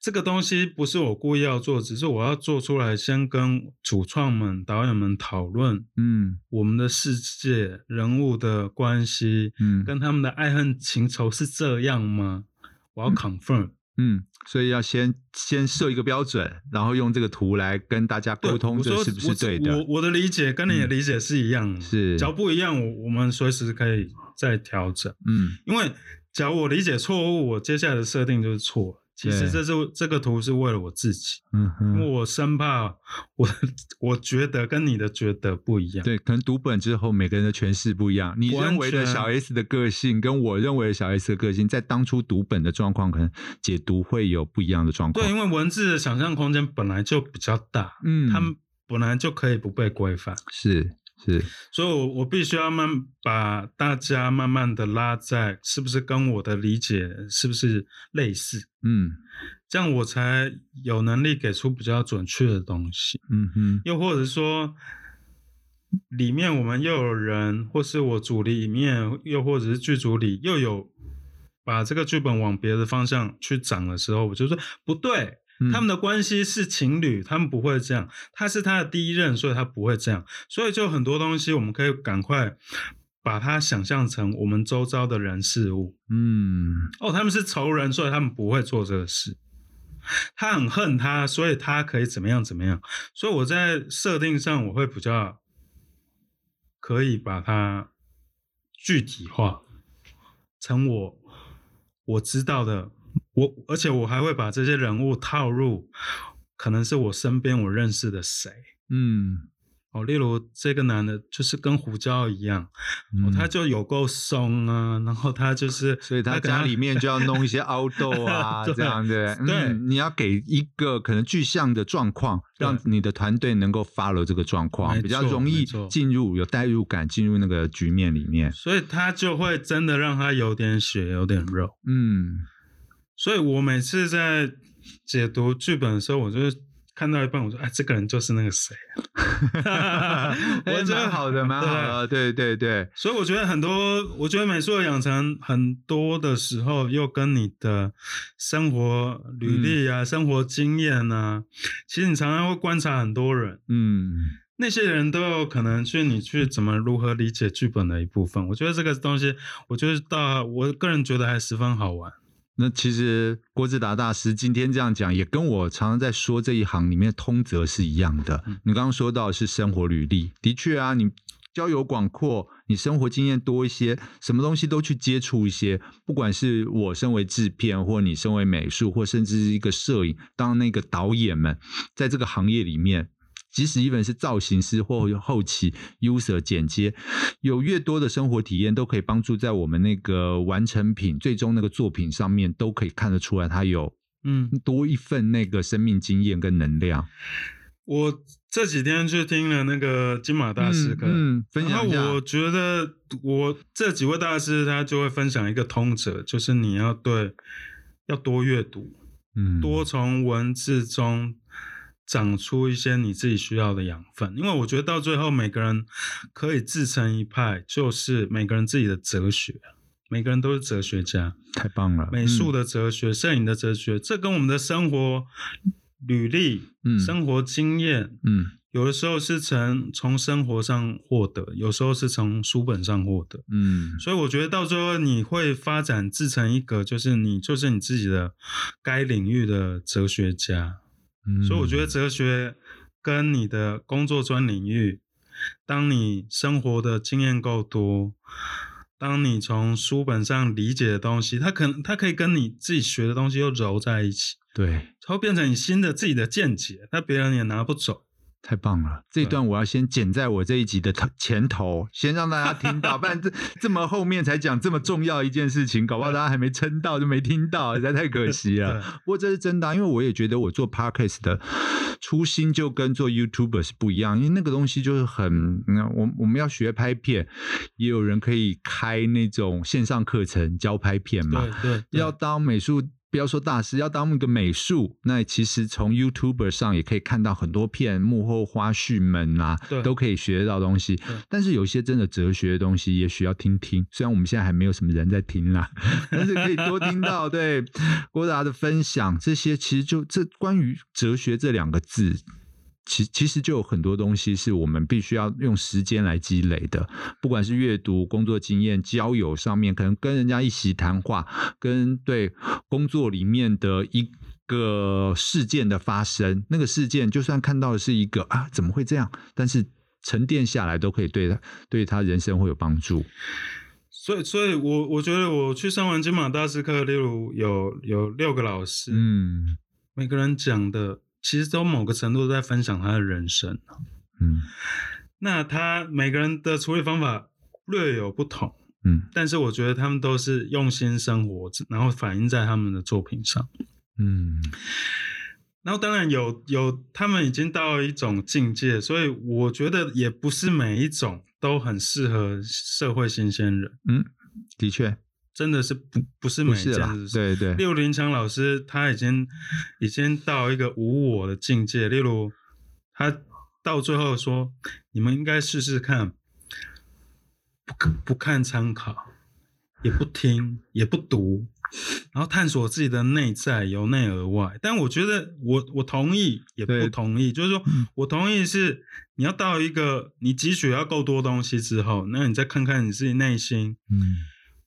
Speaker 1: 这个东西不是我故意要做，只是我要做出来，先跟主创们、导演们讨论
Speaker 6: 嗯
Speaker 1: 我们的世界人物的关系，
Speaker 6: 嗯
Speaker 1: 跟他们的爱恨情仇是这样吗？我要 confirm，、
Speaker 6: 嗯，所以要先先设一个标准，然后用这个图来跟大家沟通，
Speaker 1: 我说
Speaker 6: 这是不是对
Speaker 1: 我
Speaker 6: 的？
Speaker 1: 我我的理解跟你的
Speaker 6: 嗯
Speaker 1: 理解是一样的，
Speaker 6: 是
Speaker 1: 只要不一样，我我们随时可以再调整。
Speaker 6: 嗯
Speaker 1: 因为假如我理解错误，我接下来的设定就是错了。其实这
Speaker 6: 对
Speaker 1: 是这个图是为了我自己。
Speaker 6: 嗯
Speaker 1: 因为
Speaker 6: 哼，
Speaker 1: 我生怕我我觉得跟你的觉得不一样。
Speaker 6: 对，可能读本之后每个人的诠释不一样，你
Speaker 1: 完
Speaker 6: 认为的
Speaker 1: 全
Speaker 6: 小 S 的个性跟我认为的小 S 的个性，在当初读本的状况，可能解读会有不一样的状况
Speaker 1: 对，。因为文字的想象空间本来就比较大，
Speaker 6: 嗯，
Speaker 1: 他们本来就可以不被规范，
Speaker 6: 是是，
Speaker 1: 所以我我必须要慢把大家慢慢的拉在，是不是跟我的理解是不是类似？
Speaker 6: 嗯
Speaker 1: 这样我才有能力给出比较准确的东西。
Speaker 6: 嗯哼，
Speaker 1: 又或者说，里面我们又有人，或是我组里面，又或者是剧组里又有把这个剧本往别的方向去长的时候，我就说不对，
Speaker 6: 嗯
Speaker 1: 他们的关系是情侣，他们不会这样，他是他的第一任，所以他不会这样，所以就很多东西我们可以赶快。把它想象成我们周遭的人事物
Speaker 6: 嗯
Speaker 1: 哦，他们是仇人，所以他们不会做这个事。他很恨他，所以他可以怎么样怎么样。所以我在设定上我会比较可以把它具体化，成我我知道的，我而且我还会把这些人物套入，可能是我身边我认识的谁
Speaker 6: 嗯，
Speaker 1: 哦，例如这个男的就是跟胡椒一样，哦，
Speaker 6: 嗯
Speaker 1: 他就有够松啊，然后他就是，
Speaker 6: 所以他
Speaker 1: 可能
Speaker 6: 家里面就要弄
Speaker 1: (laughs)
Speaker 6: 一些凹豆啊，
Speaker 1: 对
Speaker 6: 这样对不对
Speaker 1: 对
Speaker 6: 嗯，你要给一个可能具象的状况，
Speaker 1: 对
Speaker 6: 让你的团队能够 follow 这个状况，
Speaker 1: 没
Speaker 6: 比较
Speaker 1: 错
Speaker 6: 容
Speaker 1: 没
Speaker 6: 易
Speaker 1: 错
Speaker 6: 进入有代入感，进入那个局面里面。
Speaker 1: 所以他就会真的让他有点血有点肉。
Speaker 6: 嗯”
Speaker 1: (laughs) 所以我每次在解读剧本的时候，我就是看到一半，我说：“哎，这个人就是那个谁、啊。
Speaker 6: (laughs)
Speaker 1: 我
Speaker 6: 哎
Speaker 1: 觉得
Speaker 6: 蛮好的，蛮好。
Speaker 1: 对
Speaker 6: 的，对对对，
Speaker 1: 所以我觉得很多，我觉得美术的养成很多的时候，又跟你的生活履历啊、生活经验啊，其实你常常会观察很多人，
Speaker 6: 嗯
Speaker 1: 那些人都有可能去你去怎么如何理解剧本的一部分。我觉得这个东西，我觉得到我个人觉得还十分好玩。
Speaker 6: 那其实郭志达大师今天这样讲，也跟我常常在说这一行里面的通则是一样的。你刚刚说到的是生活履历，的确啊，你交友广阔，你生活经验多一些，什么东西都去接触一些。不管是我身为制片，或你身为美术，或甚至是一个摄影，当那个导演们，在这个行业里面，即使 even 是造型师或后期 user 剪接，有越多的生活体验，都可以帮助在我们那个完成品最终那个作品上面，都可以看得出来，它有
Speaker 1: 嗯，
Speaker 6: 多一份那个生命经验跟能量。
Speaker 1: 我这几天去听了那个金马大师课，
Speaker 6: 嗯，嗯分享一
Speaker 1: 然后我
Speaker 6: 下。
Speaker 1: 觉得我这几位大师他就会分享一个通则，就是你要对要多阅读，
Speaker 6: 嗯，
Speaker 1: 多从文字中长出一些你自己需要的养分，因为我觉得到最后每个人可以自成一派，就是每个人自己的哲学。每个人都是哲学家，
Speaker 6: 太棒了，
Speaker 1: 美术
Speaker 6: 的，
Speaker 1: 的哲学、摄影的哲学，这跟我们的生活履历、
Speaker 6: 嗯
Speaker 1: 生活经验
Speaker 6: 嗯
Speaker 1: 有的时候是从从生活上获得，有时候是从书本上获得。
Speaker 6: 嗯
Speaker 1: 所以我觉得到最后你会发展自成一格，就是你就是你自己的该领域的哲学家。
Speaker 6: 嗯，
Speaker 1: 所以我觉得哲学跟你的工作专领域，当你生活的经验够多，当你从书本上理解的东西，它可能它可以跟你自己学的东西又揉在一起，
Speaker 6: 对。
Speaker 1: 它会变成你新的自己的见解，那别人也拿不走。
Speaker 6: 太棒了！这一段我要先剪在我这一集
Speaker 1: (laughs)
Speaker 6: 的头前头，先让大家听到，不然这这么后面才讲这么重要一件事情，搞不好大家还没撑到就没听到，实在太可惜了。
Speaker 1: (laughs) 对
Speaker 6: 不过这是真的啊、因为我也觉得我做 podcast 的初心就跟做 YouTuber 是不一样，因为那个东西就是很，那我我们要学拍片，也有人可以开那种线上课程教拍片嘛
Speaker 1: 对，对，对
Speaker 6: 嗯要当美术，不要说大师，要当一个美术，那其实从 YouTuber 上也可以看到很多片幕后花絮们啊
Speaker 1: 对，
Speaker 6: 都可以学到东西
Speaker 1: 对。
Speaker 6: 但是有一些真的哲学的东西，也许要听听。虽然我们现在还没有什么人在听啦， (laughs) 但是可以多听到对郭达的分享。这些其实就这关于哲学这两个字。其其实就有很多东西是我们必须要用时间来积累的，不管是阅读、工作经验、交友上面，可能跟人家一起谈话，跟对工作里面的一个事件的发生，那个事件就算看到的是一个啊，怎么会这样？但是沉淀下来都可以对他对他人生会有帮助。
Speaker 1: 所以，所以我我觉得我去上完金马大师课，例如有有六个老师，
Speaker 6: 嗯
Speaker 1: 每个人讲的其实都某个程度在分享他的人生。
Speaker 6: 嗯
Speaker 1: 那他每个人的处理方法略有不同，
Speaker 6: 嗯
Speaker 1: 但是我觉得他们都是用心生活，然后反映在他们的作品上。
Speaker 6: 嗯
Speaker 1: 然后当然有有，他们已经到一种境界，所以我觉得也不是每一种都很适合社会新鲜人，
Speaker 6: 的确
Speaker 1: 真的是不不是每
Speaker 6: 不
Speaker 1: 一件
Speaker 6: 是啦
Speaker 1: 事，情。
Speaker 6: 对对，
Speaker 1: 六林强老师他已经已经到一个无我的境界，例如他到最后说：“你们应该试试看，不看不看参考，也不听，也不读，然后探索自己的内在，由内而外。”但我觉得我我同意也不
Speaker 6: 对
Speaker 1: 同意，就是说我同意是你要到一个你汲取要够多东西之后，那你再看看你自己内心，
Speaker 6: 嗯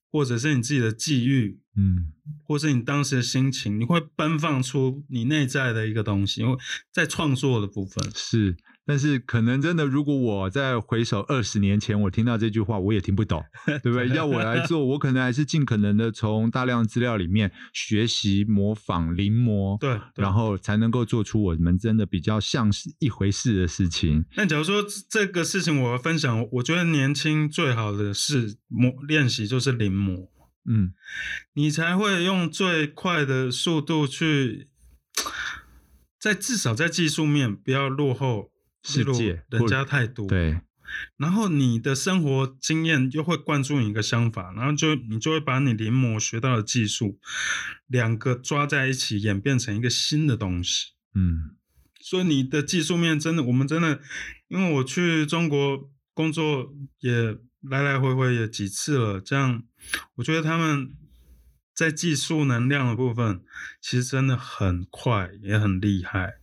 Speaker 1: 或者是你自己的际遇，
Speaker 6: 嗯，
Speaker 1: 或是你当时的心情，你会奔放出你内在的一个东西，因为在创作的部分，
Speaker 6: 是。但是可能真的，如果我再回首二十年前，我听到这句话，我也听
Speaker 1: (laughs)
Speaker 6: 不懂，对不对？要我来做，我可能还是尽可能的从大量资料里面学习、模仿、临摹，
Speaker 1: 对。对
Speaker 6: 然，后才能够做出我们真的比较像是一回事的事情。
Speaker 1: 但假如说这个事情我要分享，我觉得年轻最好的是磨练习就是临摹，
Speaker 6: 嗯，
Speaker 1: 你才会用最快的速度去，在至少在技术面不要落后
Speaker 6: 世界
Speaker 1: 例如人家太多，
Speaker 6: 对，
Speaker 1: 然后你的生活经验又会灌注你一个想法，然后就你就会把你临摹学到的技术，两个抓在一起演变成一个新的东西。
Speaker 6: 嗯
Speaker 1: 所以你的技术面真的，我们真的，因为我去中国工作也来来回回也几次了，这样我觉得他们在技术能量的部分，其实真的很快，也很厉害。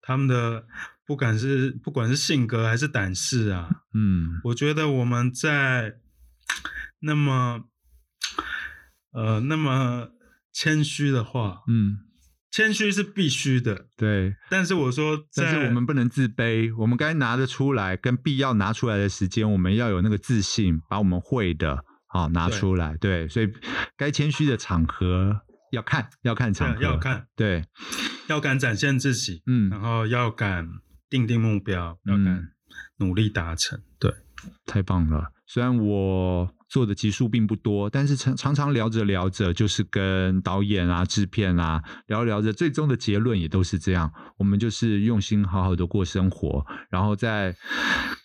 Speaker 1: 他们的不管是不管是性格还是胆识啊，
Speaker 6: 嗯，
Speaker 1: 我觉得我们在那么呃那么谦虚的话，
Speaker 6: 嗯，
Speaker 1: 谦虚是必须的，
Speaker 6: 对。
Speaker 1: 但是我说在，
Speaker 6: 但是我们不能自卑，我们该拿得出来，跟必要拿出来的时间，我们要有那个自信，把我们会的好、拿
Speaker 1: 对
Speaker 6: 出来。对，所以该谦虚的场合要看，要看场合，
Speaker 1: 对要。看
Speaker 6: 对，
Speaker 1: 要敢展现自己，
Speaker 6: 嗯，
Speaker 1: 然后要敢定定目标，要敢
Speaker 6: 嗯
Speaker 1: 努力达成。对，
Speaker 6: 太棒了！虽然我做的集数并不多，但是常常常聊着聊着，就是跟导演啊、制片啊聊着聊着，最终的结论也都是这样。我们就是用心好好的过生活，然后在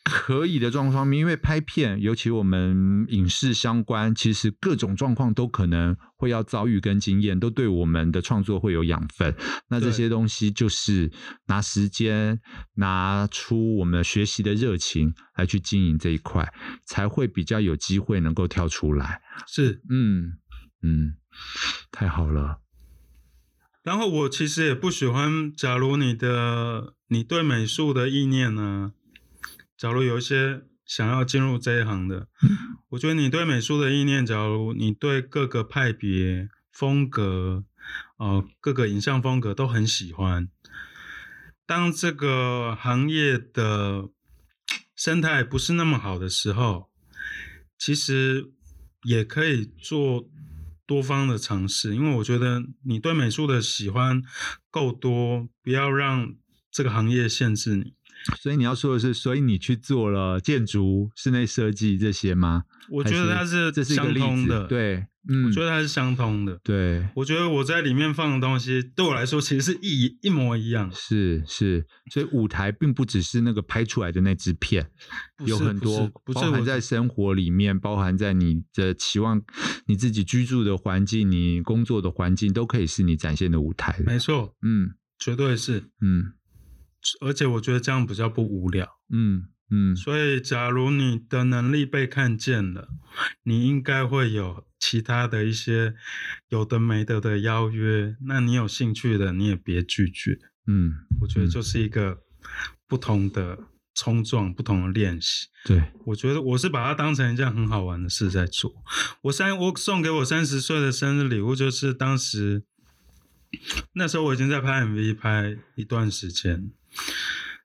Speaker 6: 可以的状况面，因为拍片，尤其我们影视相关，其实各种状况都可能会要遭遇跟经验，都对我们的创作会有养分。那这
Speaker 1: 对
Speaker 6: 些东西就是拿时间，拿出我们学习的热情来去经营这一块，才会比较有机会能够跳出来。
Speaker 1: 是。
Speaker 6: 嗯嗯，太好了。
Speaker 1: 然后我其实也不喜欢，假如你的你对美术的意念呢、假如有一些想要进入这一行的，我觉得你对美术的意念，假如你对各个派别、风格，呃，各个影像风格都很喜欢，当这个行业的生态不是那么好的时候，其实也可以做多方的尝试，因为我觉得你对美术的喜欢够多，不要让这个行业限制你。
Speaker 6: 所以你要说的是，所以你去做了建筑、室内设计这些吗？
Speaker 1: 我觉得它
Speaker 6: 还是这是一个
Speaker 1: 相
Speaker 6: 例
Speaker 1: 通
Speaker 6: 子
Speaker 1: 的，，
Speaker 6: 对，嗯，
Speaker 1: 我觉得它是相通的。
Speaker 6: 对。
Speaker 1: 我觉得我在里面放的东西，对我来说其实是一一模一样的，
Speaker 6: 是是，所以舞台并不只是那个拍出来的那支片，
Speaker 1: 不
Speaker 6: 有
Speaker 1: 是
Speaker 6: 很
Speaker 1: 不
Speaker 6: 多
Speaker 1: 是不是
Speaker 6: 包含
Speaker 1: 我
Speaker 6: 在生活里面，包含在你的期望、你自己居住的环境、你工作的环境，都可以是你展现的舞台的。
Speaker 1: 没错，
Speaker 6: 嗯
Speaker 1: 绝对是。
Speaker 6: 嗯
Speaker 1: 而且我觉得这样比较不无聊。
Speaker 6: 嗯嗯，
Speaker 1: 所以，假如你的能力被看见了，你应该会有其他的一些有的没的的邀约。那你有兴趣的，你也别拒绝。
Speaker 6: 嗯，
Speaker 1: 我觉得
Speaker 6: 嗯
Speaker 1: 就是一个不同的冲撞，不同的练习。
Speaker 6: 对，
Speaker 1: 我觉得我是把它当成一件很好玩的事在做。我三我送给我三十岁的生日礼物，就是当时那时候我已经在拍 MV 拍一段时间，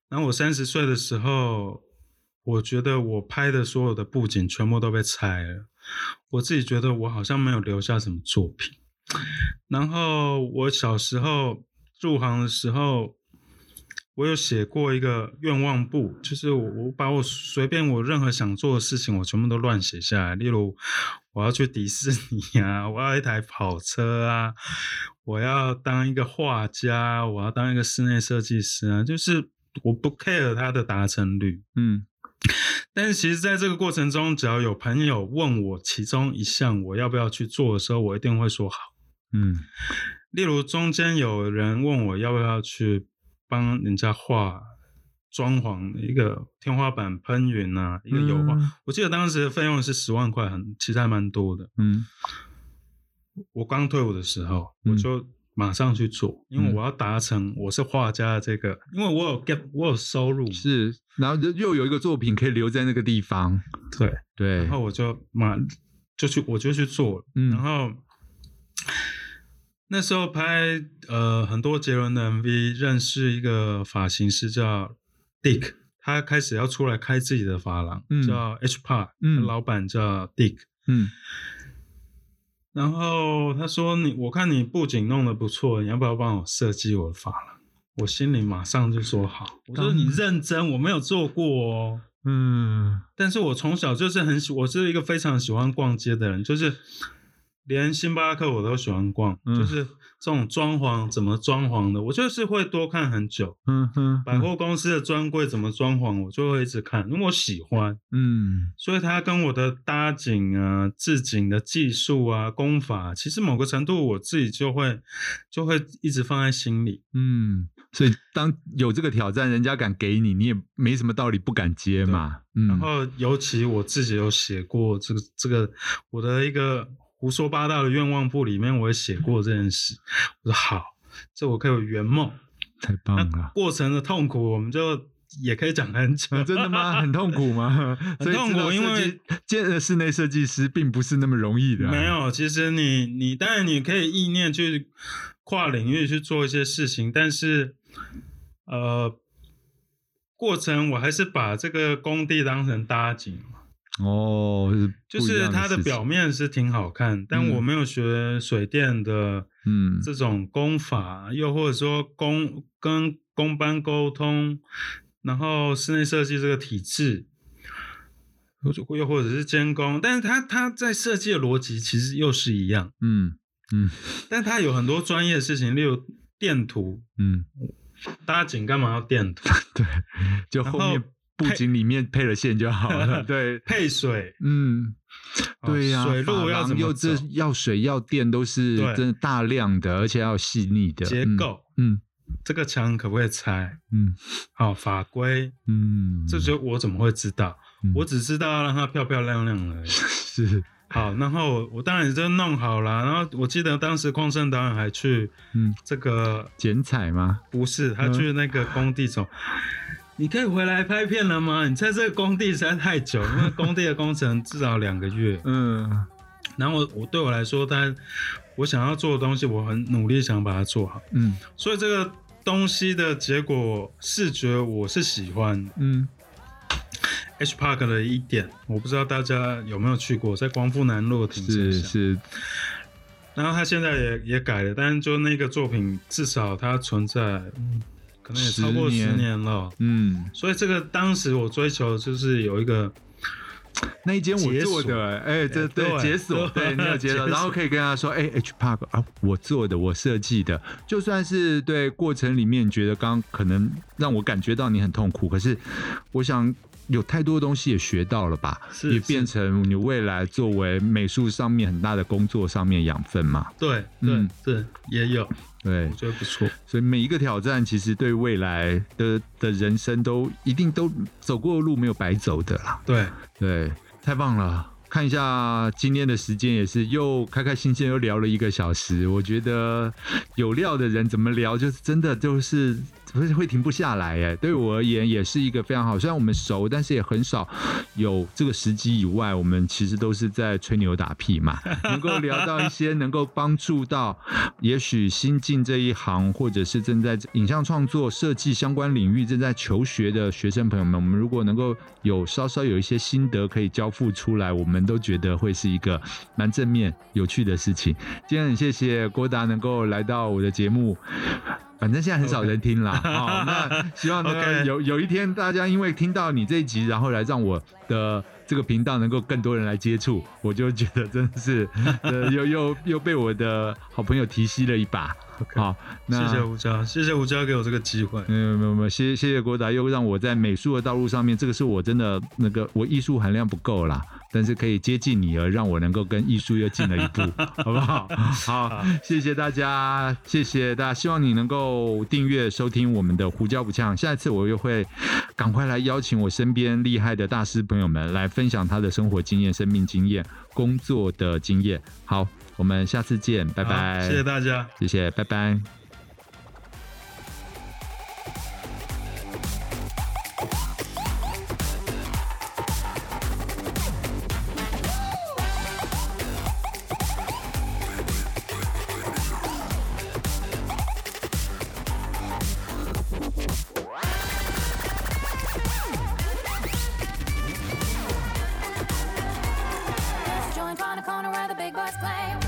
Speaker 1: 然后我三十岁的时候，我觉得我拍的所有的布景全部都被拆了，我自己觉得我好像没有留下什么作品。然后我小时候入行的时候，我有写过一个愿望簿，就是我我把我随便我任何想做的事情，我全部都乱写下来。例如，我要去迪士尼啊，我要一台跑车啊，我要当一个画家，我要当一个室内设计师啊，就是我不 care 它的达成率。
Speaker 6: 嗯
Speaker 1: 但是其实，在这个过程中，只要有朋友问我其中一项我要不要去做的时候，我一定会说好。
Speaker 6: 嗯
Speaker 1: 例如，中间有人问我要不要去帮人家画装潢，一个天花板喷云啊，一个油画。
Speaker 6: 嗯
Speaker 1: 我记得当时的费用是十万块，很其实还蛮多的。
Speaker 6: 嗯
Speaker 1: 我刚退伍的时候，
Speaker 6: 嗯
Speaker 1: 我就马上去做，因为
Speaker 6: 嗯
Speaker 1: 我要达成我是画家的这个，因为我有 get 我有收入嘛，
Speaker 6: 是，然后就又有一个作品可以留在那个地方，
Speaker 1: 对，
Speaker 6: 对
Speaker 1: 然，后我就马就去我就去做了。然
Speaker 6: 嗯
Speaker 1: 后那时候拍呃很多杰伦的 MV，认识一个发型师叫 Dick，他开始要出来开自己的发廊，
Speaker 6: 嗯
Speaker 1: 叫 H Park，、
Speaker 6: 嗯
Speaker 1: 老板叫 Dick。
Speaker 6: 嗯
Speaker 1: 然后他说你，我看你布景弄得不错，你要不要帮我设计我的发廊？我心里马上就说好，我说
Speaker 6: 当
Speaker 1: 你认真，我没有做过哦。
Speaker 6: 嗯
Speaker 1: 但是我从小就是很喜，我是一个非常喜欢逛街的人，就是连星巴克我都喜欢逛，
Speaker 6: 嗯
Speaker 1: 就是这种装潢怎么装潢的，我就是会多看很久。
Speaker 6: 嗯哼，
Speaker 1: 百货公司的专柜怎么装潢，我就会一直看，因为我喜欢，
Speaker 6: 嗯
Speaker 1: 所以它跟我的搭景啊、置景的技术啊、功法，其实某个程度我自己就会就会一直放在心里。
Speaker 6: 嗯，所以当有这个挑战，人家敢给你，你也没什么道理不敢接嘛，嗯，
Speaker 1: 然后尤其我自己有写过这个这个我的一个胡说八道的愿望簿里面，我也写过这件事。我说好，这我可以圆梦。
Speaker 6: 太
Speaker 1: 那
Speaker 6: 棒了。
Speaker 1: 过程的痛苦，我们就也可以讲很
Speaker 6: (laughs)
Speaker 1: 久。
Speaker 6: 啊、真的吗？很痛
Speaker 1: (laughs)
Speaker 6: 苦吗？所以
Speaker 1: 痛
Speaker 6: 知道
Speaker 1: 苦因
Speaker 6: 设
Speaker 1: 为
Speaker 6: 计建呃室内设计师并不是那么容易的啊、
Speaker 1: 没有，其实你你当然你可以意念去跨领域去做一些事情，但是呃，过程我还是把这个工地当成搭景。
Speaker 6: 哦，
Speaker 1: 就
Speaker 6: 不一
Speaker 1: 是
Speaker 6: 样
Speaker 1: 它的
Speaker 6: 事情
Speaker 1: 表，面是挺好看，但我
Speaker 6: 嗯
Speaker 1: 没有学水电的
Speaker 6: 嗯
Speaker 1: 这种工法，又或者说工跟工班沟通，然后室内设计这个体制，或者又或者是监工，但是它它在设计的逻辑其实又是一样，
Speaker 6: 嗯
Speaker 1: 但它有很多专业的事情，例如电图，
Speaker 6: 嗯，
Speaker 1: 搭景干嘛要电图，
Speaker 6: 对，就
Speaker 1: 然
Speaker 6: 后
Speaker 1: 后
Speaker 6: 面布景里面配了线就好
Speaker 1: (laughs)
Speaker 6: 了，对，
Speaker 1: 配水，
Speaker 6: 嗯，
Speaker 1: 哦
Speaker 6: 对呀、
Speaker 1: 水路
Speaker 6: 珐
Speaker 1: 要
Speaker 6: 琅
Speaker 1: 怎
Speaker 6: 又
Speaker 1: 么走
Speaker 6: 这，要水要电都是
Speaker 1: 对
Speaker 6: 真的大量的，而且要细腻的
Speaker 1: 结
Speaker 6: 嗯
Speaker 1: 构，
Speaker 6: 嗯
Speaker 1: 这个墙可不可以拆？
Speaker 6: 嗯
Speaker 1: 好，法规，
Speaker 6: 嗯，
Speaker 1: 这就我怎么会知道？
Speaker 6: 嗯
Speaker 1: 我只知道要让它漂漂亮亮而已。
Speaker 6: 是
Speaker 1: 好，然后我当然就弄好了。然后我记得当时邝胜导演还去
Speaker 6: 嗯
Speaker 1: 这个
Speaker 6: 剪彩吗？。
Speaker 1: 不是，他去那个工地走。你可以回来拍片了吗？你在这个工地实在太久，因为工地的工程至少两个月
Speaker 6: 嗯
Speaker 1: 然后我我对我来说，但我想要做的东西，我很努力想把它做好。
Speaker 6: 嗯
Speaker 1: 所以这个东西的结果视觉我是喜欢的，
Speaker 6: 嗯
Speaker 1: H Park 的一点，我不知道大家有没有去过，在光复南路的停车
Speaker 6: 是
Speaker 1: 场。
Speaker 6: 是
Speaker 1: 然后他现在也也改了，但是就那个作品，至少它存在，嗯可能也超过
Speaker 6: 十
Speaker 1: 十
Speaker 6: 年
Speaker 1: 年了。
Speaker 6: 嗯，
Speaker 1: 所以这个当时我追求的就是有一个，
Speaker 6: 那一间我
Speaker 1: 解
Speaker 6: 做
Speaker 1: 锁
Speaker 6: 的，哎，这
Speaker 1: 哎
Speaker 6: 对
Speaker 1: 对
Speaker 6: 解锁，
Speaker 1: 对
Speaker 6: 对你有解
Speaker 1: 解
Speaker 6: 锁，
Speaker 1: 锁
Speaker 6: 然后可以跟他说，哎，H Pub 啊，我做的，我设计的，就算是对过程里面你觉得刚可能让我感觉到你很痛苦，可是我想有太多东西也学到了吧，
Speaker 1: 是
Speaker 6: 也变成你未来作为美术上面很大的工作上面养分嘛，
Speaker 1: 对对、
Speaker 6: 嗯
Speaker 1: 对，也有，
Speaker 6: 对
Speaker 1: 我，觉得不错。
Speaker 6: 所以每一个挑战其实对未来的的人生都一定都走过的路没有白走的啦。
Speaker 1: 对，
Speaker 6: 对，太棒了！看一下今天的时间，也是又开开心心又聊了一个小时。我觉得有料的人怎么聊，就是真的就是会会停不下来。哎，对我而言也是一个非常好。虽然我们熟，但是也很少有这个时机以外，我们其实都是在吹牛打屁嘛。能够聊到一些能够帮助到，也许新进这一行，或者是正在影像创作、设计相关领域正在求学的学生朋友们，我们如果能够有稍稍有一些心得可以交付出来，我们都觉得会是一个蛮正面、有趣的事情。今天很谢谢郭达能够来到我的节目。反正现在很少人听啦。哦，那希望呢
Speaker 1: OK
Speaker 6: 有有一天大家因为听到你这一集，然后来让我的这个频道能够更多人来接触，我就觉得真的是呃又又又被我的好朋友提携了一把。
Speaker 1: OK，
Speaker 6: 好，那
Speaker 1: 谢谢吴娇，谢谢吴娇给我这个机会。
Speaker 6: 嗯，没有没有，谢谢谢郭达，又让我在美术的道路上面，这个是我真的那个我艺术含量不够啦，但是可以接近你，而让我能够跟艺术又近了一
Speaker 1: (laughs)
Speaker 6: 步，好不好？好，谢谢大家，谢谢大家，希望你能够订阅收听我们的胡椒不呛，下一次我又会赶快来邀请我身边厉害的大师朋友们来分享他的生活经验、生命经验、工作的经验。好，我们下次见，拜
Speaker 1: 好
Speaker 6: 拜，
Speaker 1: 谢谢大家。
Speaker 6: 谢谢，拜拜。
Speaker 4: Join from the corner where the big boys play.